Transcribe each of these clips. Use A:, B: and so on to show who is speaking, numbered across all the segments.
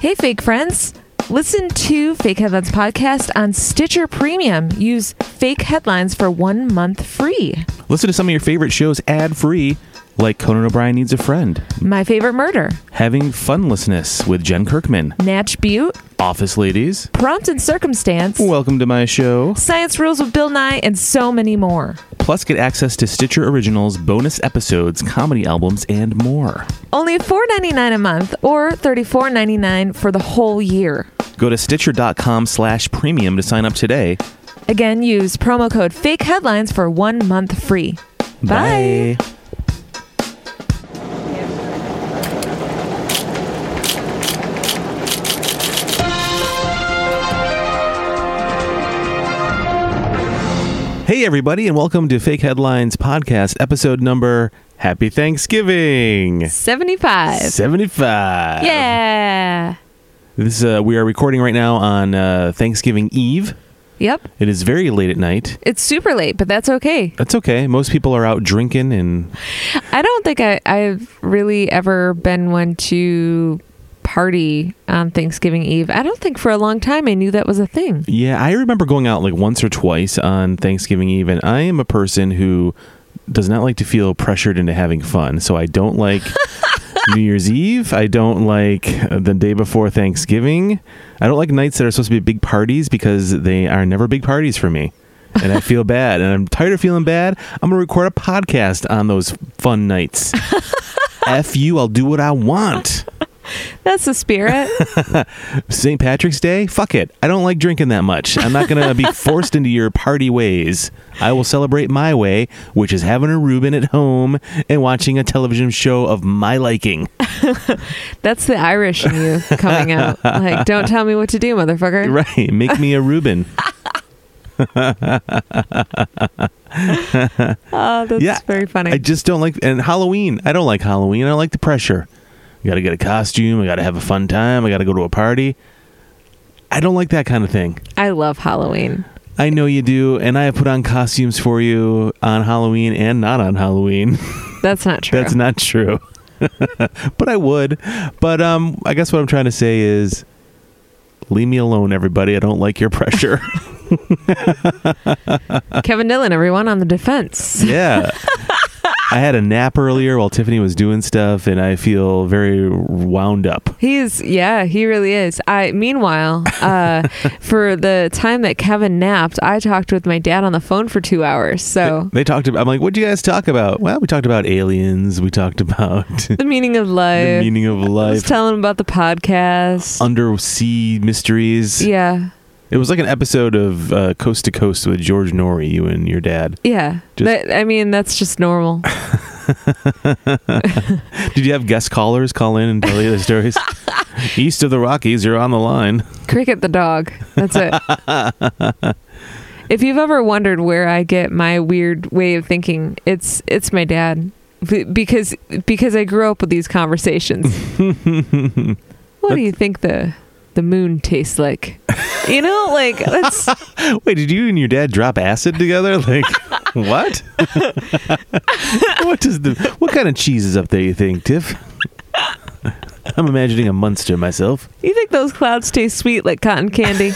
A: Hey, fake friends. Listen to Fake Headlines Podcast on Stitcher Premium. Use fake headlines for one month free.
B: Listen to some of your favorite shows ad free, like Conan O'Brien Needs a Friend,
A: My Favorite Murder,
B: Having Funlessness with Jen Kirkman,
A: Natch Butte,
B: Office Ladies,
A: Prompt and Circumstance,
B: Welcome to My Show,
A: Science Rules with Bill Nye, and so many more.
B: plus get access to Stitcher Originals, bonus episodes, comedy albums, and more.
A: Only $4.99 a month or $34.99 for the whole year.
B: Go to Stitcher.com slash premium to sign up today.
A: Again, use promo code fake headlines for one month free. Bye.
B: Bye. Hey, everybody, and welcome to Fake Headlines Podcast, episode number Happy Thanksgiving
A: 75.
B: 75.
A: Yeah.
B: This, uh, we are recording right now on uh, Thanksgiving Eve.
A: Yep.
B: It is very late at night.
A: It's super late, but that's okay.
B: That's okay. Most people are out drinking and
A: I don't think I, I've really ever been one to party on Thanksgiving Eve. I don't think for a long time I knew that was a thing.
B: Yeah, I remember going out like once or twice on Thanksgiving Eve, and I am a person who does not like to feel pressured into having fun. So I don't like New Year's Eve. I don't like the day before Thanksgiving. I don't like nights that are supposed to be big parties because they are never big parties for me. And I feel bad, and I'm tired of feeling bad. I'm going to record a podcast on those fun nights. F you, I'll do what I want.
A: That's the spirit.
B: St. Patrick's Day? Fuck it. I don't like drinking that much. I'm not going to be forced into your party ways. I will celebrate my way, which is having a Reuben at home and watching a television show of my liking.
A: That's the Irish in you coming out. Like, don't tell me what to do, motherfucker.
B: Right. Make me a Reuben.
A: Oh, that's
B: Yeah,
A: very funny.
B: I just don't like, and Halloween. I don't like Halloween. I like the pressure. I got to get a costume. I got to have a fun time. I got to go to a party. I don't like that kind of thing.
A: I love Halloween.
B: I know you do, and I have put on costumes for you on Halloween and not on Halloween.
A: That's not true.
B: That's not true. but I would. But um, I guess what I'm trying to say is, leave me alone, everybody. I don't like your pressure.
A: Kevin Dillon, everyone on the defense.
B: yeah. I had a nap earlier while Tiffany was doing stuff, and I feel very wound up.
A: He's yeah, he really is. I meanwhile, uh, for the time that Kevin napped, I talked with my dad on the phone for two hours. So
B: They talked about. I'm like, "What'd you guys talk about?" Well, we talked about aliens. We talked about the
A: the meaning of life.
B: meaning of
A: I was
B: life,
A: telling him about the podcast.
B: undersea mysteries.
A: yeah,
B: It was like an episode of uh, Coast to Coast with George Norrie, you and your dad.
A: yeah.
B: Just-
A: That- I mean, that's just normal.
B: Did you have guest callers call in and tell you their stories? East of the Rockies, you're on the line.
A: Cricket the dog. That's it. if you've ever wondered where I get my weird way of thinking, it's it's my dad B- because because I grew up with these conversations. what do you think the the moon tastes like? You know, like that's
B: Wait, did you and your dad drop acid together? Like, what? what does the what kind of cheese is up there? You think, Tiff? I'm imagining a Munster myself.
A: you think those clouds taste sweet like cotton candy?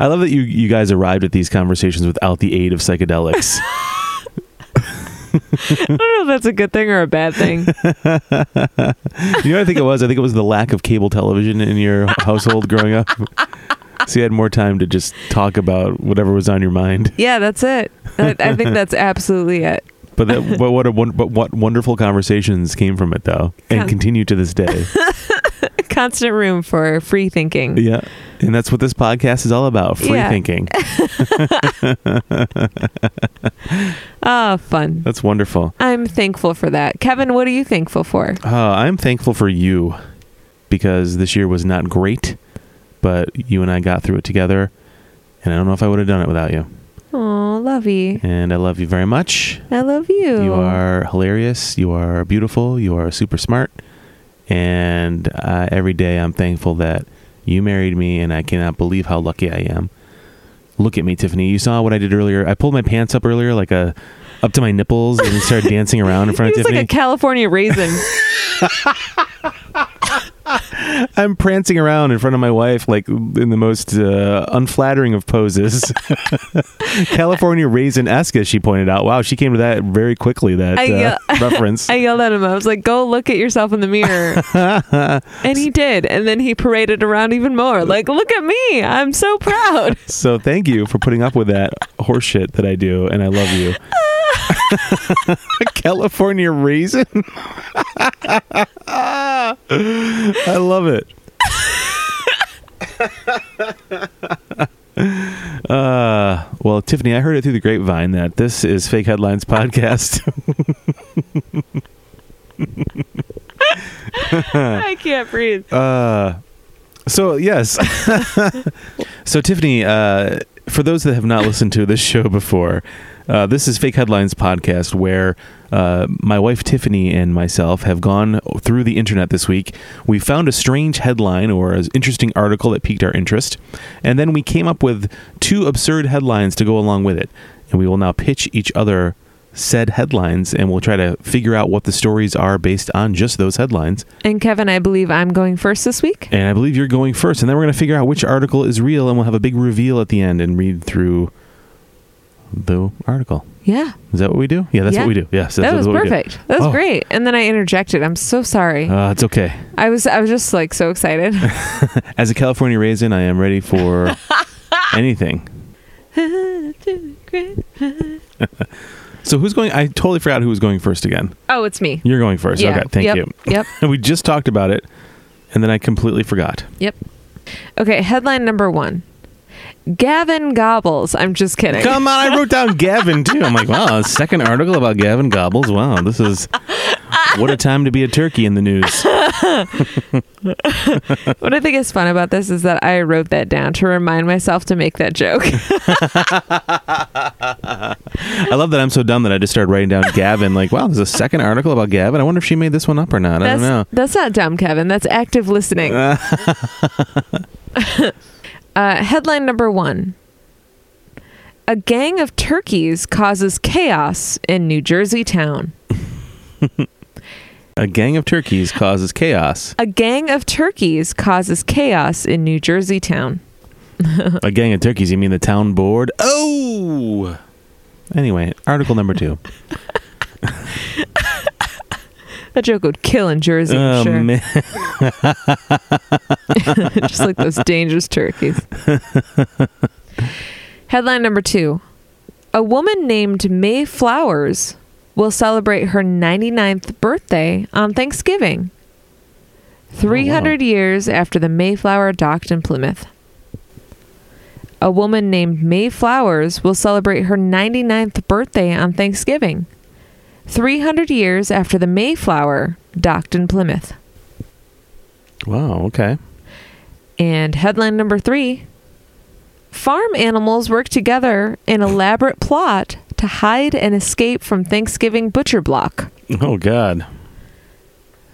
B: I love that you you guys arrived at these conversations without the aid of psychedelics.
A: I don't know if that's a good thing or a bad thing.
B: you know what I think it was? I think it was the lack of cable television in your household growing up. So you had more time to just talk about whatever was on your mind.
A: Yeah, that's it. I, I think that's absolutely it.
B: But that, but what a won- but what wonderful conversations came from it though, and
A: Con-
B: continue to this day.
A: Constant room for free thinking.
B: yeah, and that's what this podcast is all about: free
A: Yeah.
B: thinking.
A: Ah, fun.
B: That's wonderful.
A: I'm thankful for that. Kevin, what are you thankful for?
B: Uh, I'm thankful for you because this year was not great, but you and I got through it together. And I don't know if I would have done it without you.
A: Oh, lovey.
B: And I love you very much.
A: I love you.
B: You are hilarious. You are beautiful. You are super smart. And uh, every day I'm thankful that you married me, and I cannot believe how lucky I am. Look at me, Tiffany. You saw what I did earlier. I pulled my pants up earlier like a, up to my nipples and he started dancing around in
A: He
B: front of
A: was
B: Tiffany.
A: like a California raisin.
B: I'm prancing around in front of my wife, like in the most uh, unflattering of poses. California raisin esque, as she pointed out. Wow, she came to that very quickly. That
A: I,
B: uh, reference.
A: I yelled at him. I was like, "Go look at yourself in the mirror," and he did. And then he paraded around even more. Like, look at me. I'm so proud.
B: so thank you for putting up with that horseshit that I do, and I love you. California raisin. I love it. uh, well, Tiffany, I heard it through the grapevine that this is Fake Headlines podcast.
A: I can't breathe.
B: Uh, so yes. so Tiffany, uh, for those that have not listened to this show before, uh, this is Fake Headlines podcast where uh, my wife Tiffany and myself have gone through the internet this week. We found a strange headline or an interesting article that piqued our interest, and then we came up with two absurd headlines to go along with it. And we will now pitch each other said headlines, and we'll try to figure out what the stories are based on just those headlines.
A: And Kevin, I believe I'm going first this week.
B: And I believe you're going first, and then we're going to figure out which article is real, and we'll have a big reveal at the end and read through the article.
A: Yeah,
B: Is that what we do? Yeah, that's
A: Yeah.
B: what we do. Yes, that's,
A: that was
B: that's what
A: perfect. That was
B: Oh.
A: great. And then I interjected. I'm so sorry.
B: we do. Uh, it's okay.
A: I was I was just like so excited.
B: As a California raisin, I am ready for anything. So who's going? I totally forgot who was going first again.
A: oh, it's me.
B: You're going first.
A: Yeah.
B: Okay, thank
A: Yep.
B: you.
A: Yep.
B: And we just talked about it, and then I completely forgot.
A: Yep. Okay, headline number one. Gavin gobbles. I'm just kidding.
B: Come on, I wrote down Gavin too. I'm like, wow, a second article about Gavin Gobbles. Wow, this is what a time to be a turkey in the news.
A: What I think is fun about this is that I wrote that down to remind myself to make that joke.
B: I love that I'm so dumb that I just started writing down Gavin. Like, wow, there's a second article about Gavin. I wonder if she made this one up or not. I
A: That's,
B: don't know.
A: that's not dumb, Kevin. That's active listening. uh, headline number one A gang of turkeys causes chaos in New Jersey town.
B: A gang of turkeys causes chaos.
A: A gang of turkeys causes chaos in New Jersey town.
B: A gang of turkeys, you mean the town board? Oh! Anyway, article number two.
A: That joke would kill in Jersey, I'm
B: Oh,
A: sure.
B: man.
A: just like those dangerous turkeys. Headline number two A woman named May Flowers will celebrate her 99th birthday on Thanksgiving, 300 years after the Mayflower docked in Plymouth. A woman named May Flowers will celebrate her 99th birthday on Thanksgiving, 300 years after the Mayflower docked in Plymouth.
B: Wow, okay.
A: And headline number three Farm animals work together in elaborate plot to hide and escape from Thanksgiving butcher block.
B: Oh, God.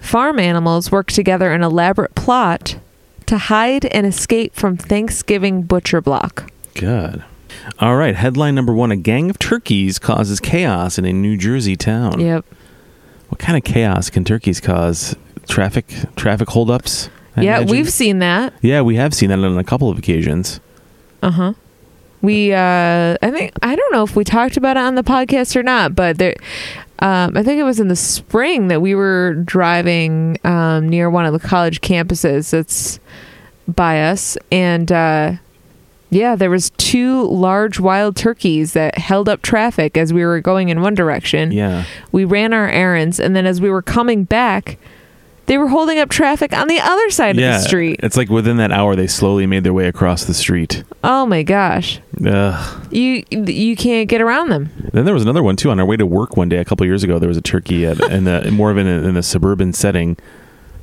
A: Farm animals work together in elaborate plot to hide and escape from Thanksgiving butcher block.
B: God. All right, headline number one A gang of turkeys causes chaos in a New Jersey town.
A: Yep.
B: What kind of chaos can turkeys cause? Traffic, traffic holdups? I
A: yeah,
B: imagine?
A: we've seen that.
B: Yeah, we have seen that on a couple of occasions.
A: Uh-huh. We uh I think I don't know if we talked about it on the podcast or not, but there um I think it was in the spring that we were driving um near one of the college campuses that's by us and uh yeah, there was two large wild turkeys that held up traffic as we were going in one direction.
B: Yeah.
A: We ran our errands and then as we were coming back, they were holding up traffic on the other side
B: yeah.
A: of the street.
B: It's like within that hour, they slowly made their way across the street.
A: Oh my gosh.
B: Ugh.
A: you you can't get around them.
B: Then there was another one too. On our way to work one day a couple years ago, there was a turkey at, in the more of in a, in a suburban setting,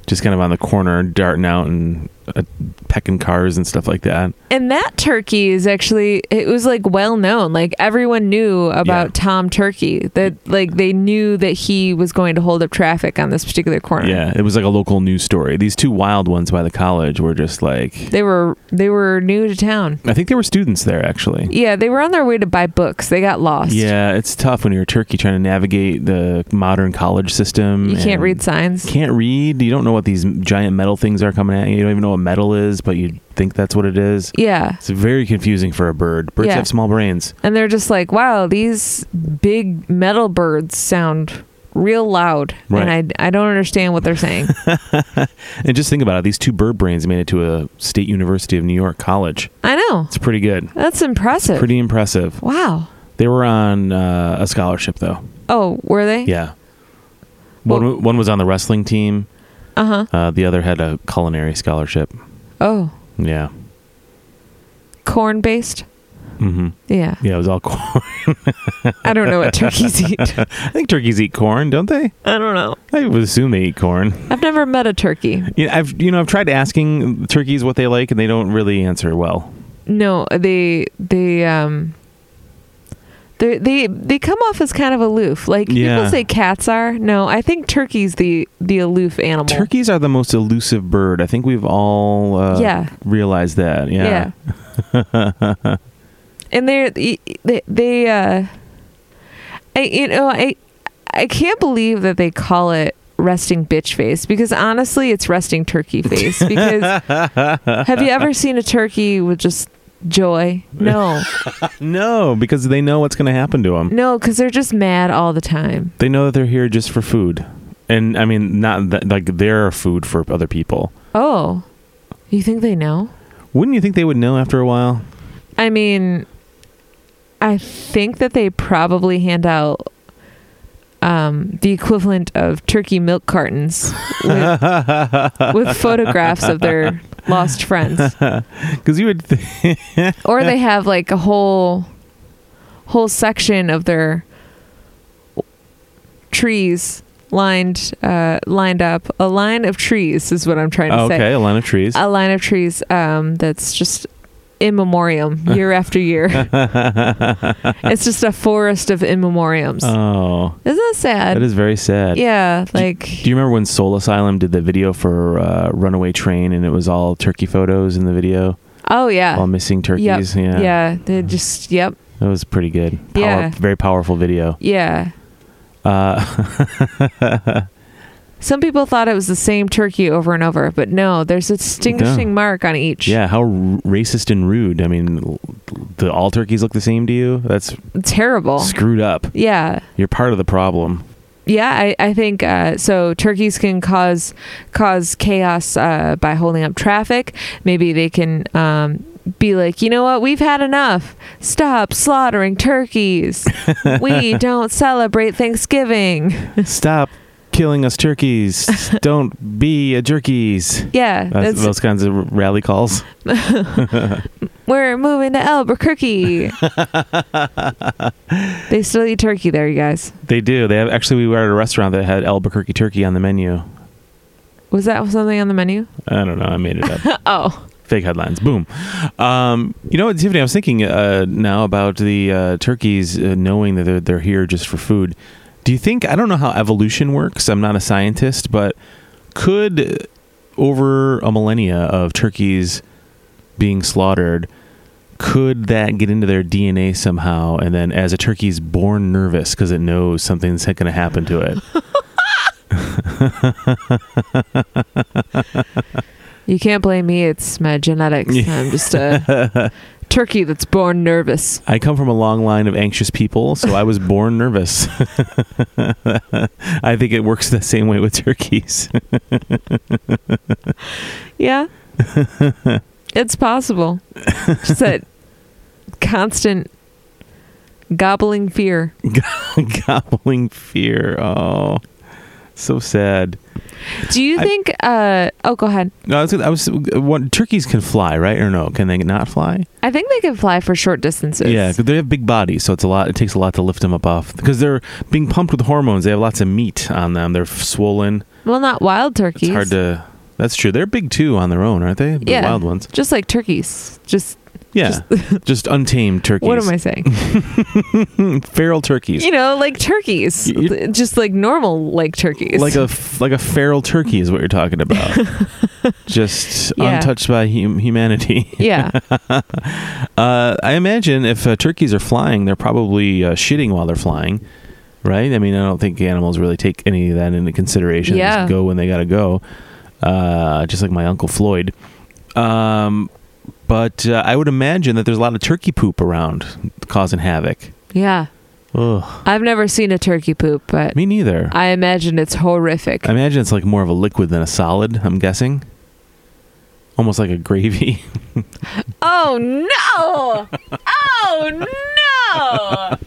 B: just kind of on the corner, darting out and uh, pecking cars and stuff like that.
A: And that turkey is actually it was like well known. Like everyone knew about
B: Yeah.
A: Tom Turkey. That like they knew that he was going to hold up traffic on this particular corner.
B: Yeah, it was like a local news story. These two wild ones by the college were just like
A: They were they were new to town.
B: I think they were students there actually.
A: Yeah, they were on their way to buy books. They got lost.
B: Yeah, it's tough when you're a turkey trying to navigate the modern college system.
A: You can't
B: and
A: read signs.
B: Can't read. You don't know what these giant metal things are coming at you. You don't even know what metal is, but you think that's what it is.
A: Yeah.
B: It's very confusing for a bird. Birds
A: Yeah.
B: have small brains.
A: And they're just like, wow, these big metal birds sound real loud. And
B: Right.
A: I, I don't understand what they're saying.
B: And just think about it. These two bird brains made it to a state university of New York college.
A: I know.
B: It's pretty good.
A: That's impressive.
B: Pretty impressive.
A: wow.
B: They were on uh, a scholarship though.
A: Oh, were they?
B: Yeah.
A: Well-
B: One, w- one was on the wrestling team.
A: Uh huh.
B: Uh, the other had a culinary scholarship.
A: Oh,
B: Yeah.
A: corn based?
B: hmm
A: Yeah.
B: Yeah, it was all corn.
A: I don't know what turkeys eat.
B: I think turkeys eat corn, don't they?
A: I don't know.
B: I would assume they eat corn.
A: I've never met a turkey.
B: Yeah, I've you know I've tried asking turkeys what they like, and they don't really answer well.
A: No, they they um they they they come off as kind of aloof. Like
B: Yeah.
A: people say cats are. No, I think turkey's the the aloof animal.
B: Turkeys are the most elusive bird. I think we've all uh,
A: Yeah.
B: realized that. Yeah.
A: Yeah. and they're they they uh I you know I I can't believe that they call it resting bitch face because honestly it's resting turkey face because have you ever seen a turkey with just joy? No.
B: No, because they know what's going to happen to them.
A: No, cuz they're just mad all the time.
B: They know that they're here just for food, and I mean not that, like they're food for other people.
A: Oh. You think they know?
B: Wouldn't you think they would know after a while?
A: I mean, I think that they probably hand out um, the equivalent of turkey milk cartons with, with photographs of their lost friends,
B: Because you would. Th-
A: or they have like a whole whole section of their trees lined uh, lined up. A line of trees is what I'm trying to say
B: okay, a line of trees.
A: a line of trees um, that's just in memoriam year after year. it's just a forest of in memoriams.
B: oh,
A: Isn't that sad?
B: that is very sad.
A: yeah, like
B: Do you remember when Soul Asylum did the video for uh, Runaway Train and it was all turkey photos in the video,
A: oh yeah,
B: all missing
A: Yep.
B: turkeys?
A: yeah,
B: Yeah.
A: They just yep,
B: That was pretty good. Power,
A: Yeah.
B: Very powerful video.
A: yeah.
B: Uh,
A: Some people thought it was the same turkey over and over, but no, there's a distinguishing mark on each.
B: yeah, how r- racist and rude. I mean, l- the all turkeys look the same to you? That's
A: terrible.
B: screwed up.
A: Yeah,
B: You're part of the problem.
A: yeah. I, I think uh, so. Turkeys can cause cause chaos uh, by holding up traffic. Maybe they can um, be like, you know what, we've had enough. Stop slaughtering turkeys. we don't celebrate Thanksgiving.
B: Stop killing us turkeys. Don't be a jerkies.
A: Yeah,
B: That's,
A: that's,
B: those kinds of rally calls.
A: we're moving to Albuquerque. they still eat turkey there, you guys.
B: They do. They have actually. We were at a restaurant that had Albuquerque turkey on the menu.
A: Was that something on the menu?
B: I don't know. I made it up.
A: Oh,
B: Fake headlines. Boom. Um, you know what, Tiffany? I was thinking uh, now about the uh, turkeys uh, knowing that they're, they're here just for food. Do you think? I don't know how evolution works. I'm not a scientist, but could uh, over a millennia of turkeys being slaughtered, could that get into their DNA somehow? And then, as a turkey's born nervous because it knows something's going to happen to it.
A: you can't blame me. It's my genetics. I'm just a turkey that's born nervous.
B: I come from a long line of anxious people, so I was born nervous. I think it works the same way with turkeys.
A: Yeah. it's possible. Just that constant gobbling fear.
B: Gobbling fear. Oh, so sad.
A: Do you
B: I-
A: think uh oh go ahead.
B: No, I was, I was what, turkeys can fly, right? Or no? Can they not fly?
A: I think they can fly for short distances.
B: Yeah, 'cause they have big bodies, so it's a lot. It takes a lot to lift them up off because they're being pumped with hormones. They have lots of meat on them. They're swollen.
A: Well not wild turkeys.
B: It's hard to. That's true. They're big too on their own, aren't they? The
A: Yeah.
B: wild ones.
A: Just like turkeys. Just
B: Yeah. Just, untamed turkeys.
A: what am I saying?
B: Feral turkeys.
A: you know, like turkeys.
B: You-
A: Th- Just like normal like turkeys.
B: like a f- like a feral turkey is what you're talking about. Just
A: Yeah.
B: untouched by hum- humanity.
A: yeah.
B: Uh, I imagine if uh, turkeys are flying, they're probably uh, shitting while they're flying, right? I mean, I don't think animals really take any of that into consideration. They
A: Yeah.
B: just go when they gotta go, uh, just like my uncle Floyd. Um, but uh, I would imagine that there's a lot of turkey poop around, causing havoc.
A: Yeah.
B: Ugh,
A: I've never seen a turkey poop, but
B: me neither.
A: I imagine it's horrific.
B: I imagine it's like more of a liquid than a solid. I'm guessing, almost like a gravy.
A: oh no! Oh no!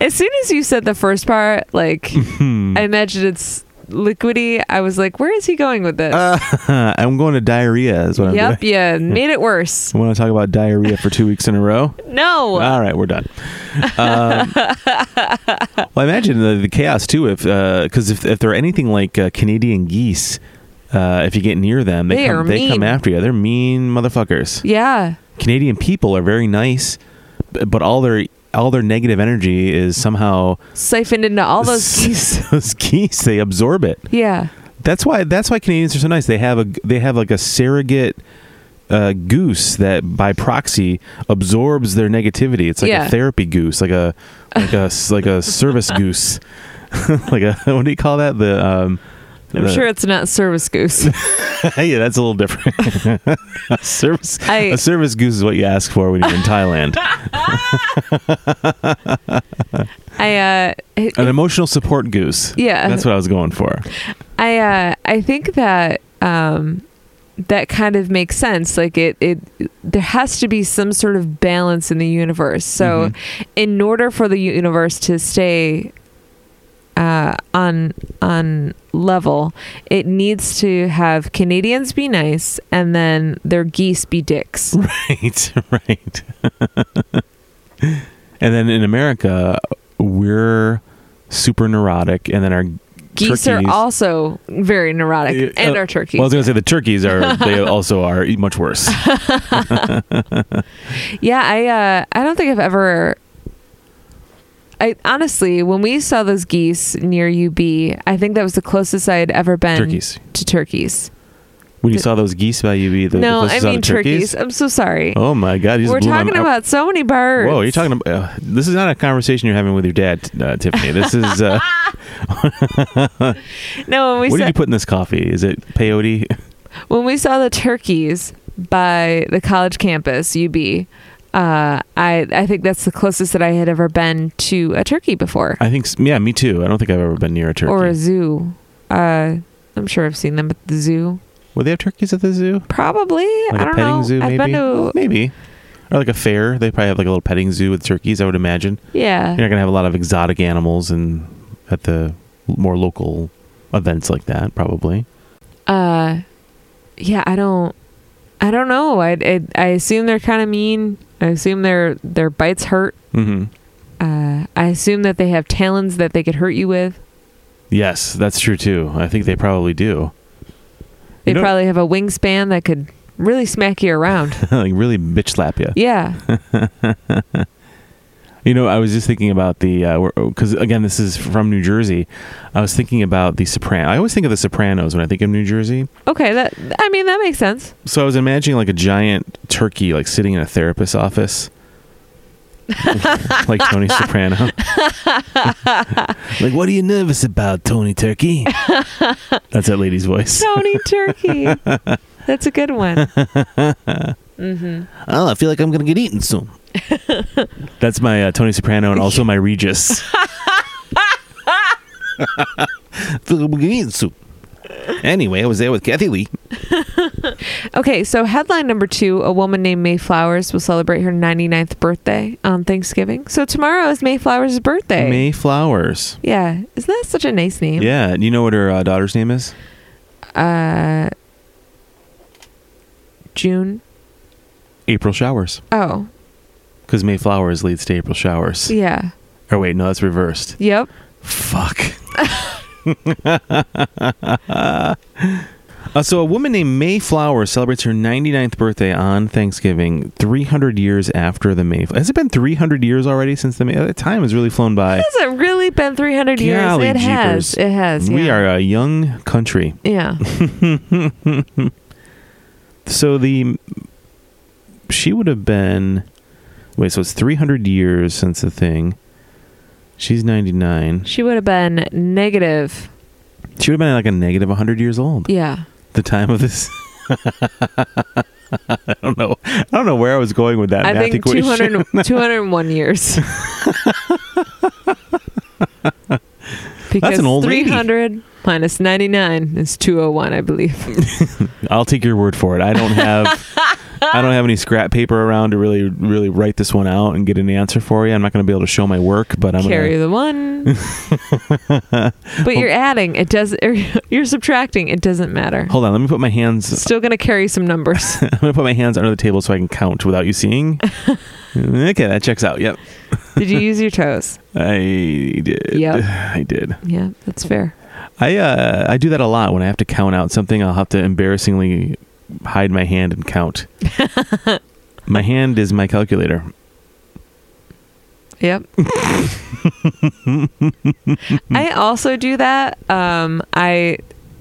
A: as soon as you said the first part, like
B: Hmm.
A: I imagine it's liquidy, I was like, where is he going with this?
B: Ah. I'm going to diarrhea. Is what I'm
A: yep,
B: doing.
A: yeah, made it worse. Ah.
B: I want to talk about diarrhea for two weeks in a row.
A: No.
B: All right, we're done. Um, well, I imagine the, the chaos too, if because if if they're anything like uh, Canadian geese, uh, if you get near them, they
A: They
B: come,
A: are
B: they come
A: mean.
B: after you. They're mean motherfuckers.
A: yeah.
B: Canadian people are very nice, b- but all their all their negative energy is somehow
A: Siphoned into all those keys.
B: those geese they absorb it.
A: Yeah.
B: That's why that's why Canadians are so nice. They have a they have like a surrogate uh, goose that by proxy absorbs their negativity. It's like
A: Yeah.
B: a therapy goose, like a like a like a service goose, like a what do you call that? The um,
A: I'm
B: the-
A: sure it's not service goose.
B: yeah, that's a little different. a service
A: I-
B: a service goose is what you ask for when you're in Thailand.
A: I uh it-
B: An emotional support goose.
A: Yeah.
B: that's what I was going for.
A: I uh, I think that um, that kind of makes sense. Like it, it there has to be some sort of balance in the universe. So,
B: Mm-hmm.
A: in order for the universe to stay uh, on on level, it needs to have Canadians be nice and then their geese be dicks.
B: Right, right. and then in America, we're super neurotic, and then our
A: Geese
B: turkeys,
A: are also very neurotic,
B: Uh,
A: and are turkeys.
B: Well, I was gonna say the turkeys are. They also are much worse.
A: Yeah, I uh, I don't think I've ever. I honestly, when we saw those geese near UB, I think that was the closest I had ever been
B: turkeys.
A: to turkeys.
B: When you saw those geese by UB, the,
A: no,
B: the
A: I
B: places on
A: mean
B: the
A: turkeys. I'm so sorry.
B: Oh my God! You just
A: We're
B: blew my
A: talking
B: mi-
A: about so many birds.
B: Whoa, you're talking about uh, this is not a conversation you're having with your dad, uh, Tiffany. This is uh,
A: No, when we
B: what did
A: saw
B: you put in this coffee? Is it peyote?
A: when we saw the turkeys by the college campus, UB. Uh, I I think that's the closest that I had ever been to a turkey before,
B: I think s- yeah, me too. I don't think I've ever been near a turkey.
A: or a zoo. Uh, I'm sure I've seen them at the zoo.
B: Will they have turkeys at the zoo?
A: Probably.
B: like
A: I
B: a
A: don't
B: petting
A: know.
B: zoo,
A: I've
B: maybe.
A: been to
B: maybe, or like a fair. They probably have like a little petting zoo with turkeys. I would imagine
A: yeah.
B: you're not gonna have a lot of exotic animals and at the more local events like that. Probably.
A: Uh, yeah. I don't. I don't know. I I, I assume they're kind of mean. I assume their their bites hurt.
B: Mm-hmm.
A: Uh, I assume that they have talons that they could hurt you with.
B: Yes, that's true too. I think they probably do.
A: They
B: You know-
A: probably have a wingspan that could really smack you around.
B: like really bitch slap you.
A: yeah.
B: You know, I was just thinking about the uh, because again, this is from New Jersey. I was thinking about the Soprano. I always think of the Sopranos when I think of New Jersey.
A: Okay. That I mean that makes sense.
B: So I was imagining like a giant turkey, like sitting in a therapist's office, like Tony Soprano. like, what are you nervous about, Tony Turkey? That's that lady's voice.
A: Tony Turkey. That's a good one. hmm
B: Oh, I feel like I'm gonna get eaten soon. That's my uh, Tony Soprano and also my Regis. I feel like I'm gonna get eaten soon. Anyway, I was there with Kathy Lee.
A: Okay, so headline number two a woman named May Flowers will celebrate her 99th birthday on Thanksgiving. So tomorrow is May Flowers' birthday.
B: Mayflowers.
A: Yeah. Isn't that such a nice name?
B: Yeah, you know what her uh, daughter's name is?
A: Uh, June.
B: April Showers.
A: Oh,
B: Because May Flowers leads to April Showers.
A: yeah.
B: Or wait, no, that's reversed.
A: Yep.
B: Fuck. Uh, so, a woman named May Flower celebrates her 99th birthday on Thanksgiving, 300 years after the May. Has it been 300 years already since the May? That time has really flown by.
A: Has it really been 300
B: Golly
A: years? It
B: jeepers.
A: has. It has. Yeah.
B: We are a young country.
A: Yeah.
B: So, the. She would have been. Wait, so it's 300 years since the thing. She's 99.
A: She would have been negative.
B: She would have been like a negative 100 years old.
A: Yeah.
B: the time of this. I don't know. I don't know where I was going with that
A: I
B: math
A: think
B: equation.
A: 200, 201 years. because
B: an old lady.
A: 300 minus 99 is 201, I believe.
B: I'll take your word for it. I don't have. I don't have any scrap paper around to really, really write this one out and get an answer for you. I'm not going to be able to show my work, but I'm
A: Carry
B: going
A: the one. but you're adding. It does. Or you're subtracting. It doesn't matter.
B: to hold on. Let me put my hands.
A: Still gonna carry some numbers.
B: I'm going to put my hands under the table so I can count without you seeing. okay, that checks out. Yep,
A: Did you use your toes?
B: I did.
A: Yep.
B: I did.
A: Yeah, that's fair.
B: I uh, I do that a lot when I have to count out something. I'll have to embarrassingly hide my hand and count. my hand is my calculator.
A: Yep. I also do that. Um, I,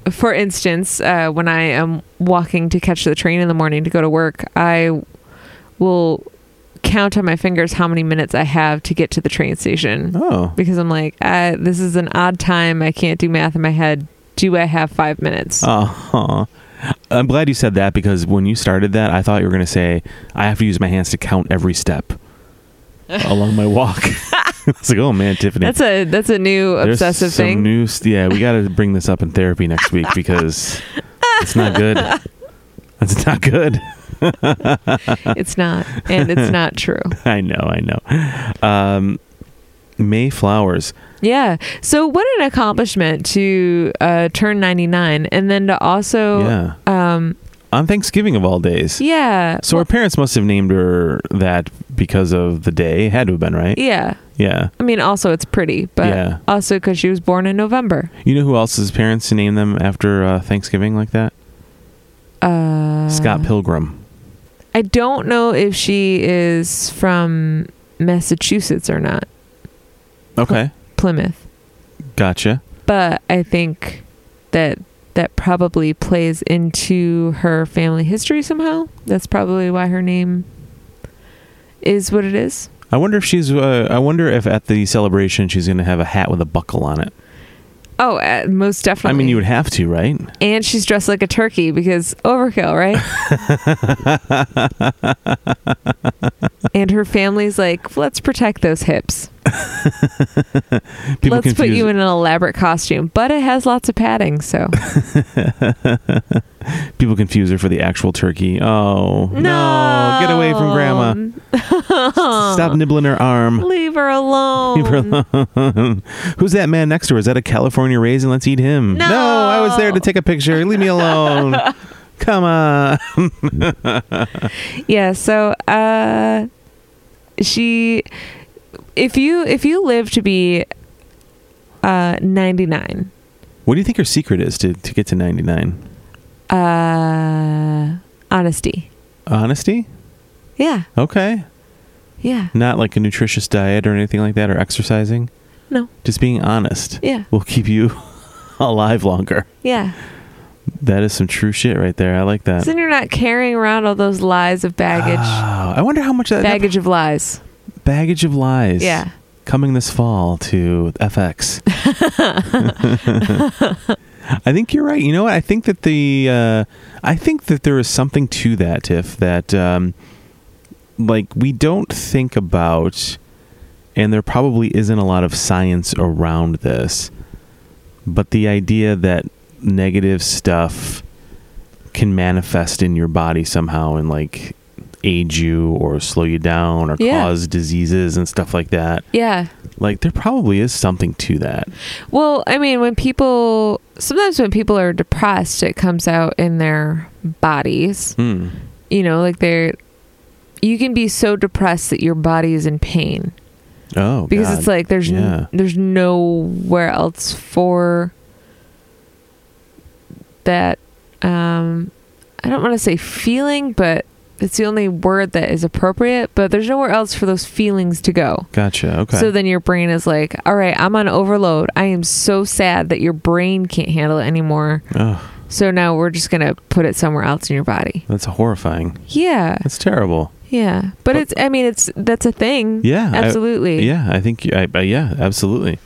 A: for instance, uh, when I am walking to catch the train in the morning to go to work, I will count on my fingers how many minutes I have to get to the train station
B: Oh,
A: because I'm like, I, this is an odd time. I can't do math in my head. Do I have five minutes?
B: uh-huh. I'm glad you said that because when you started that, I thought you were going to say I have to use my hands to count every step along my walk. it's like, oh man, Tiffany,
A: that's a that's a new
B: there's
A: obsessive
B: some
A: thing.
B: New, st- yeah, we got to bring this up in therapy next week because it's not good. That's not good.
A: it's not, and it's not true.
B: I know, I know. Um, May Flowers.
A: Yeah. So what an accomplishment to uh, turn 99 and then to also
B: yeah.
A: um
B: On Thanksgiving of all days.
A: Oh. yeah.
B: So her parents must have named her that because of the day. It had to have been, right?
A: yeah.
B: Yeah.
A: I mean also it's pretty, but
B: Yeah.
A: also cuz she was born in November.
B: You know who else's parents named them after uh, Thanksgiving like that?
A: Uh
B: Scott Pilgrim.
A: I don't know if she is from Massachusetts or not,
B: Okay.
A: Plymouth,
B: Gotcha.
A: but I think that that probably plays into her family history somehow. That's probably why her name is what it is.
B: I wonder if she's. Uh, I wonder if at the celebration she's going to have a hat with a buckle on it.
A: Oh, uh, most
B: I
A: definitely.
B: mean, you would have to, right?
A: and she's dressed like a turkey because overkill, right? and her family's like, let's protect those hips.
B: People
A: let's put
B: confuse
A: you in an elaborate costume, but it has lots of padding, so
B: people confuse her for the actual turkey. Oh no! Get away from Grandma. Stop nibbling her arm.
A: Leave her alone.
B: Leave her alone. Who's that man next to her? Is that a California raisin? Let's eat him.
A: No.
B: I was there to take a picture. Leave me alone. Come on.
A: Yeah, so uh she if you if you live to be uh 99
B: What do you think her secret is to, to get to 99?
A: uh honesty.
B: Honesty?
A: Yeah.
B: Okay.
A: Yeah.
B: Not like a nutritious diet or anything like that or exercising.
A: No.
B: Just being honest
A: Yeah.
B: will keep you alive longer.
A: Yeah.
B: That is some true shit right there. I like that.
A: Then you're not carrying around all those lies of baggage.
B: Wow. I wonder how much Ah, that
A: baggage of lies.
B: baggage of lies.
A: Yeah.
B: coming this fall to FX. I think you're right. You know what? I think that the uh, I think that there is something to that, Tiff. That um, like we don't think about, and there probably isn't a lot of science around this, but the idea that negative stuff can manifest in your body somehow and like age you or slow you down or
A: Yeah.
B: cause diseases and stuff like that
A: Yeah.
B: like there probably is something to that
A: Well, I mean, when people sometimes when people are depressed, it comes out in their bodies.
B: mm.
A: You know, like they're you can be so depressed that your body is in pain
B: oh
A: because
B: God.
A: it's like there's n-
B: yeah
A: there's nowhere else for that um, I don't want to say feeling, but it's the only word that is appropriate. But there's nowhere else for those feelings to go.
B: Gotcha. Okay.
A: So then your brain is like, all right, I'm on overload. I am so sad that your brain can't handle it anymore.
B: oh,
A: So now we're just going to put it somewhere else in your body.
B: that's horrifying.
A: Yeah.
B: That's terrible.
A: Yeah. But it's, I mean, it's, that's a thing.
B: Yeah. I-
A: Absolutely.
B: yeah. I think. you- I, I, yeah. Absolutely.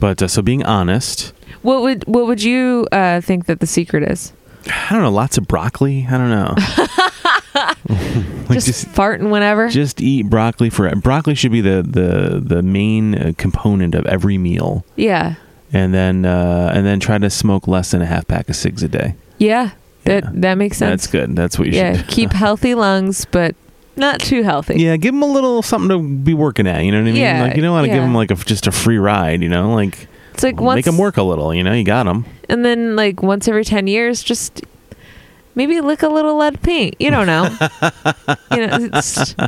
B: But uh, so being honest,
A: What would, what would you uh, think that the secret is?
B: I don't know. Lots of broccoli. I don't know. like
A: just,
B: just,
A: farting whenever?
B: just eat broccoli for broccoli should be the the the main uh, component of every meal,
A: yeah.
B: and then uh, and then try to smoke less than a half pack of cigs a day.
A: Yeah. That,
B: Yeah.
A: that makes sense.
B: That's good. That's what you
A: yeah.
B: should. do.
A: Keep healthy lungs, but not too healthy.
B: Yeah, give them a little something to be working at. You know what I mean?
A: Yeah,
B: like you don't want to give
A: yeah.
B: 'em give them like a, just a free ride. You know, like
A: It's like
B: make
A: once,
B: 'em make them work a little. You know, you got them.
A: and then like once every 10 years just maybe lick a little lead paint you don't know you know it's,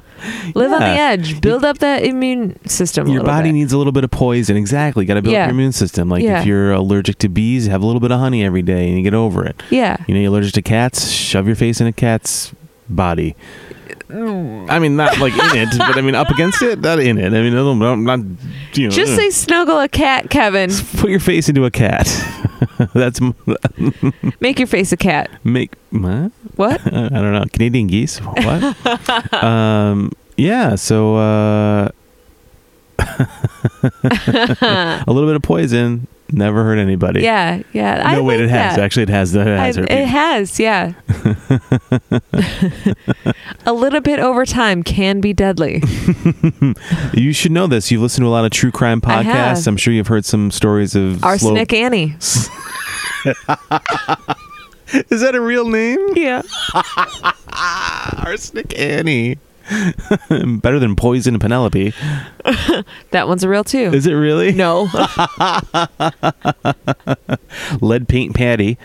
A: live on the
B: Yeah.
A: edge build up that immune system a
B: Your
A: little
B: body
A: bit.
B: needs a little bit of poison. Exactly. Got to build
A: Yeah.
B: up your immune system. Like
A: Yeah.
B: if you're allergic to bees, have a little bit of honey every day, and you get over it.
A: yeah
B: You know, you're allergic to cats. Shove your face in a cat's body.
A: Mm.
B: I mean, not like in it, but I mean up against it, not in it. I mean, don't, don't not you know.
A: just
B: ugh.
A: say snuggle a cat kevin
B: put your face into a cat. That's m-
A: make your face a cat
B: make. Huh?
A: what
B: I don't know. Canadian geese? What? um, yeah, so uh, a little bit of poison never hurt anybody.
A: yeah yeah
B: No,
A: I
B: wait,
A: like
B: it has.
A: that.
B: Actually, it has. It has
A: I-
B: hurt
A: it
B: people.
A: has yeah a little bit over time can be deadly
B: you should know this. You've listened to a lot of true crime
A: I have.
B: podcasts. I'm sure you've heard some stories of slow-
A: arsenic annie
B: Is that a real name? Ah,
A: yeah
B: Arsenic Annie. Better than poison Penelope.
A: that one's real too
B: Is it really?
A: no
B: lead paint patty.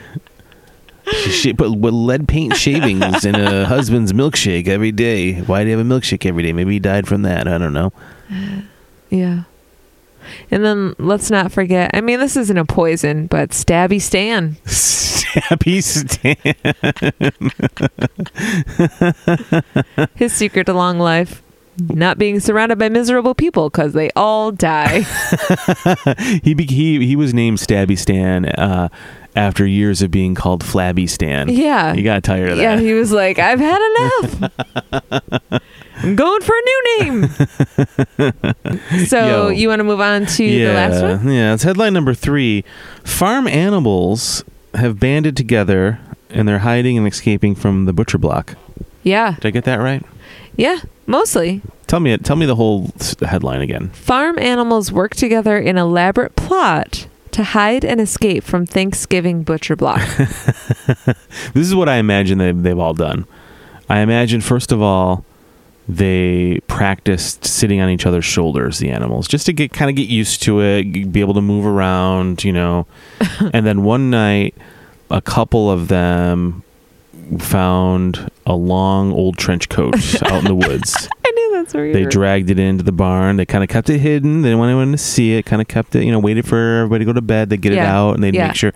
B: She sh- put with lead paint shavings in a husband's milkshake every day. Why do you have a milkshake every day? Maybe he died from that. I don't know.
A: Yeah. And then let's not forget. I mean, this isn't a poison, but stabby Stan.
B: Stabby Stan.
A: His secret to long life: not being surrounded by miserable people because they all die.
B: He, be- he he was named Stabby Stan uh, after years of being called Flabby Stan.
A: yeah.
B: He got tired of
A: yeah.
B: that.
A: He was like, "I've had enough. I'm going for a new name." so
B: Yo.
A: you want to move on to the last one?
B: Yeah, it's headline number three. Farm animals have banded together and they're hiding and escaping from the butcher block.
A: Yeah.
B: Did I get that right?
A: Yeah. Mostly.
B: Tell me, tell me the whole s- headline again.
A: Farm animals work together in elaborate plot to hide and escape from Thanksgiving butcher block.
B: This is what I imagine they, they've all done. I imagine first of all, they practiced sitting on each other's shoulders, the animals, just to get kind of get used to it, g- be able to move around, you know. and then one night, a couple of them found a long old trench coat out in the woods.
A: I knew that's where you
B: They
A: were.
B: dragged it into the barn. They kind of kept it hidden. They didn't want anyone to see it. Kind of kept it, you know, waited for everybody to go to bed. They get it
A: Yeah.
B: out and they would
A: Yeah.
B: make sure.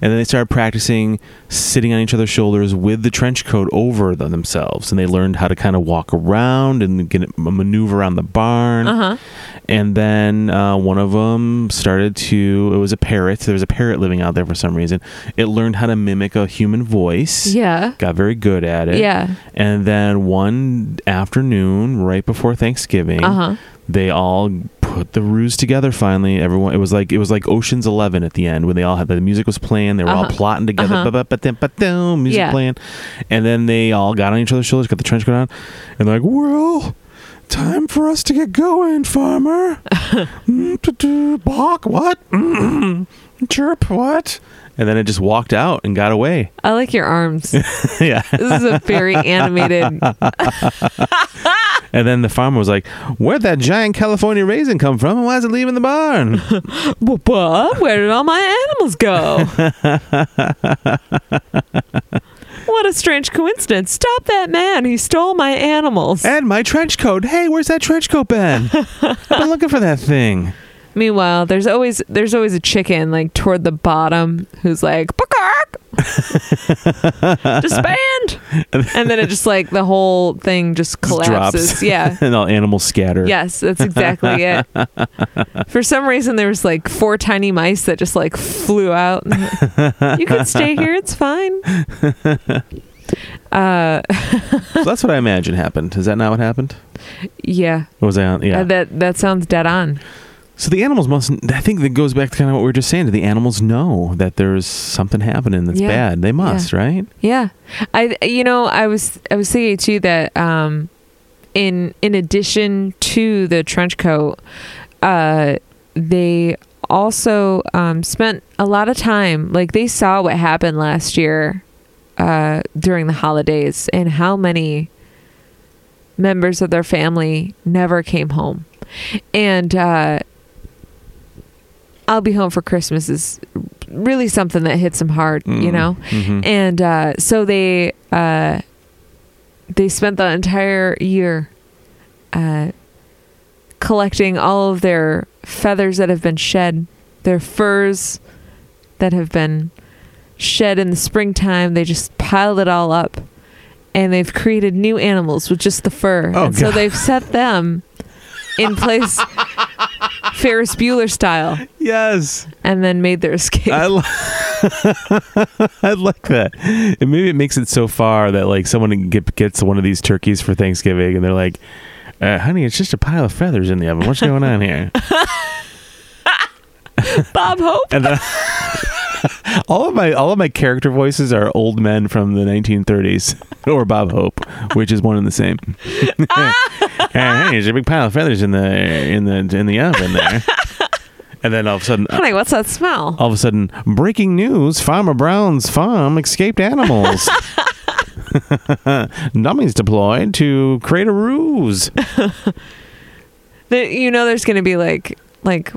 B: And then they started practicing sitting on each other's shoulders with the trench coat over them themselves. And they learned how to kind of walk around and get, maneuver around the barn.
A: Uh huh.
B: And then uh, one of them started to. It was a parrot. There was a parrot living out there for some reason. It learned how to mimic a human voice.
A: Yeah.
B: Got very good at it.
A: Yeah.
B: And then one afternoon, right before Thanksgiving,
A: Uh huh.
B: they all put the ruse together finally everyone it was like it was like ocean's 11 at the end when they all had the music was playing they were all
A: Uh-huh.
B: plotting together
A: Uh-huh.
B: ba-ba-ba-dum, ba-dum, music
A: Yeah.
B: playing and then they all got on each other's shoulders got the trench coat on and they're like well time for us to get going farmer Mm, tu-tu, balk what Mm, mm. chirp what and then it just walked out and got away
A: I like your arms. this
B: yeah
A: is a very animated.
B: and then the farmer was like where'd that giant california raisin come from and why is it leaving the barn
A: But where did all my animals go? what a strange coincidence! Stop that man! He stole my animals.
B: And my trench coat. Hey, where's that trench coat been? I've been looking for that thing.
A: Meanwhile, there's always there's always a chicken like toward the bottom who's like, "Bakark, disband and then it just like the whole thing just
B: Just drops.
A: collapses yeah
B: and all animals scatter.
A: yes that's exactly it for some reason there was like four tiny mice that just like flew out you can stay here it's fine uh
B: So that's what I imagine happened. Is that not what happened?
A: yeah,
B: Or was I on? Yeah.
A: Uh, that that sounds dead on
B: so the animals must. I think that goes back to kind of what we were just saying. Do the animals know that there's something happening that's
A: Yeah.
B: bad? They must, right?
A: Yeah. I you know, I was I was thinking too that um in in addition to the trench coat, uh they also um spent a lot of time like they saw what happened last year uh during the holidays and how many members of their family never came home. And uh I'll be home for Christmas is really something that hits them hard, you
B: Mm.
A: know
B: Mhm.
A: and uh, so they uh, they spent the entire year uh, collecting all of their feathers that have been shed, their furs that have been shed in the springtime. They just piled it all up, and they've created new animals with just the fur.
B: Oh,
A: and so
B: God.
A: they've set them in place, Ferris Bueller style,
B: yes.
A: and then made their escape.
B: I, li- I like that. And maybe it makes it so far that like someone get, gets one of these turkeys for Thanksgiving and they're like, uh, honey, it's just a pile of feathers in the oven. What's going on here?
A: Bob Hope.
B: And then all of my all of my character voices are old men from the 1930s or Bob Hope, which is one and the same. Uh, hey, there's a big pile of feathers in the in the in the oven there. And then all of a sudden, uh,
A: Honey, what's that smell?
B: all of a sudden, breaking news: Farmer Brown's farm escaped animals. Dummies deployed to create a ruse.
A: There, you know, there's gonna be like, like,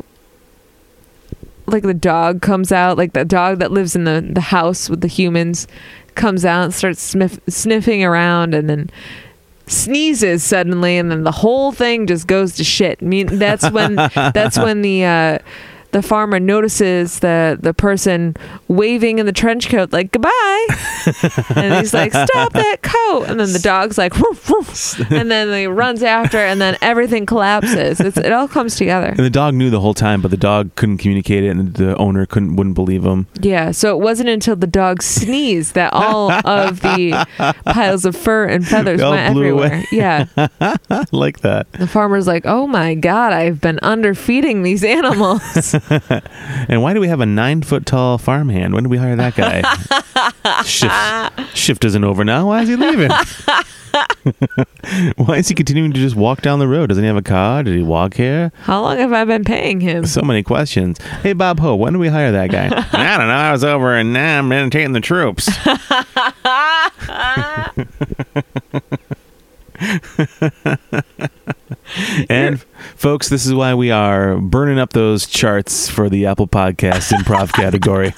A: like the dog comes out, like the dog that lives in the the house with the humans comes out and starts sniff, sniffing around, and then sneezes suddenly, and then the whole thing just goes to shit. I mean, that's when that's when the. uh the farmer notices the the person waving in the trench coat like goodbye, and he's like stop that coat, and then the dog's like woof, woof, and then he runs after, and then everything collapses. It's, it all comes together.
B: And the dog knew the whole time, but the dog couldn't communicate it, and the owner couldn't wouldn't believe him.
A: Yeah, so it wasn't until the dog sneezed that all of the piles of fur and feathers
B: They all
A: went
B: blew away.
A: everywhere. Yeah,
B: I like that.
A: the farmer's like, "Oh my god, I've been underfeeding these animals."
B: And why do we have a nine foot tall farmhand? When did we hire that guy? shift, shift isn't over now. Why is he leaving? why is he continuing to just walk down the road? Doesn't he have a car? Did he walk here?
A: How long have I been paying him?
B: So many questions. Hey, Bob Ho, when did we hire that guy? I don't know. I was over and now I'm entertaining the troops. and folks, this is why we are burning up those charts for the Apple Podcast improv category.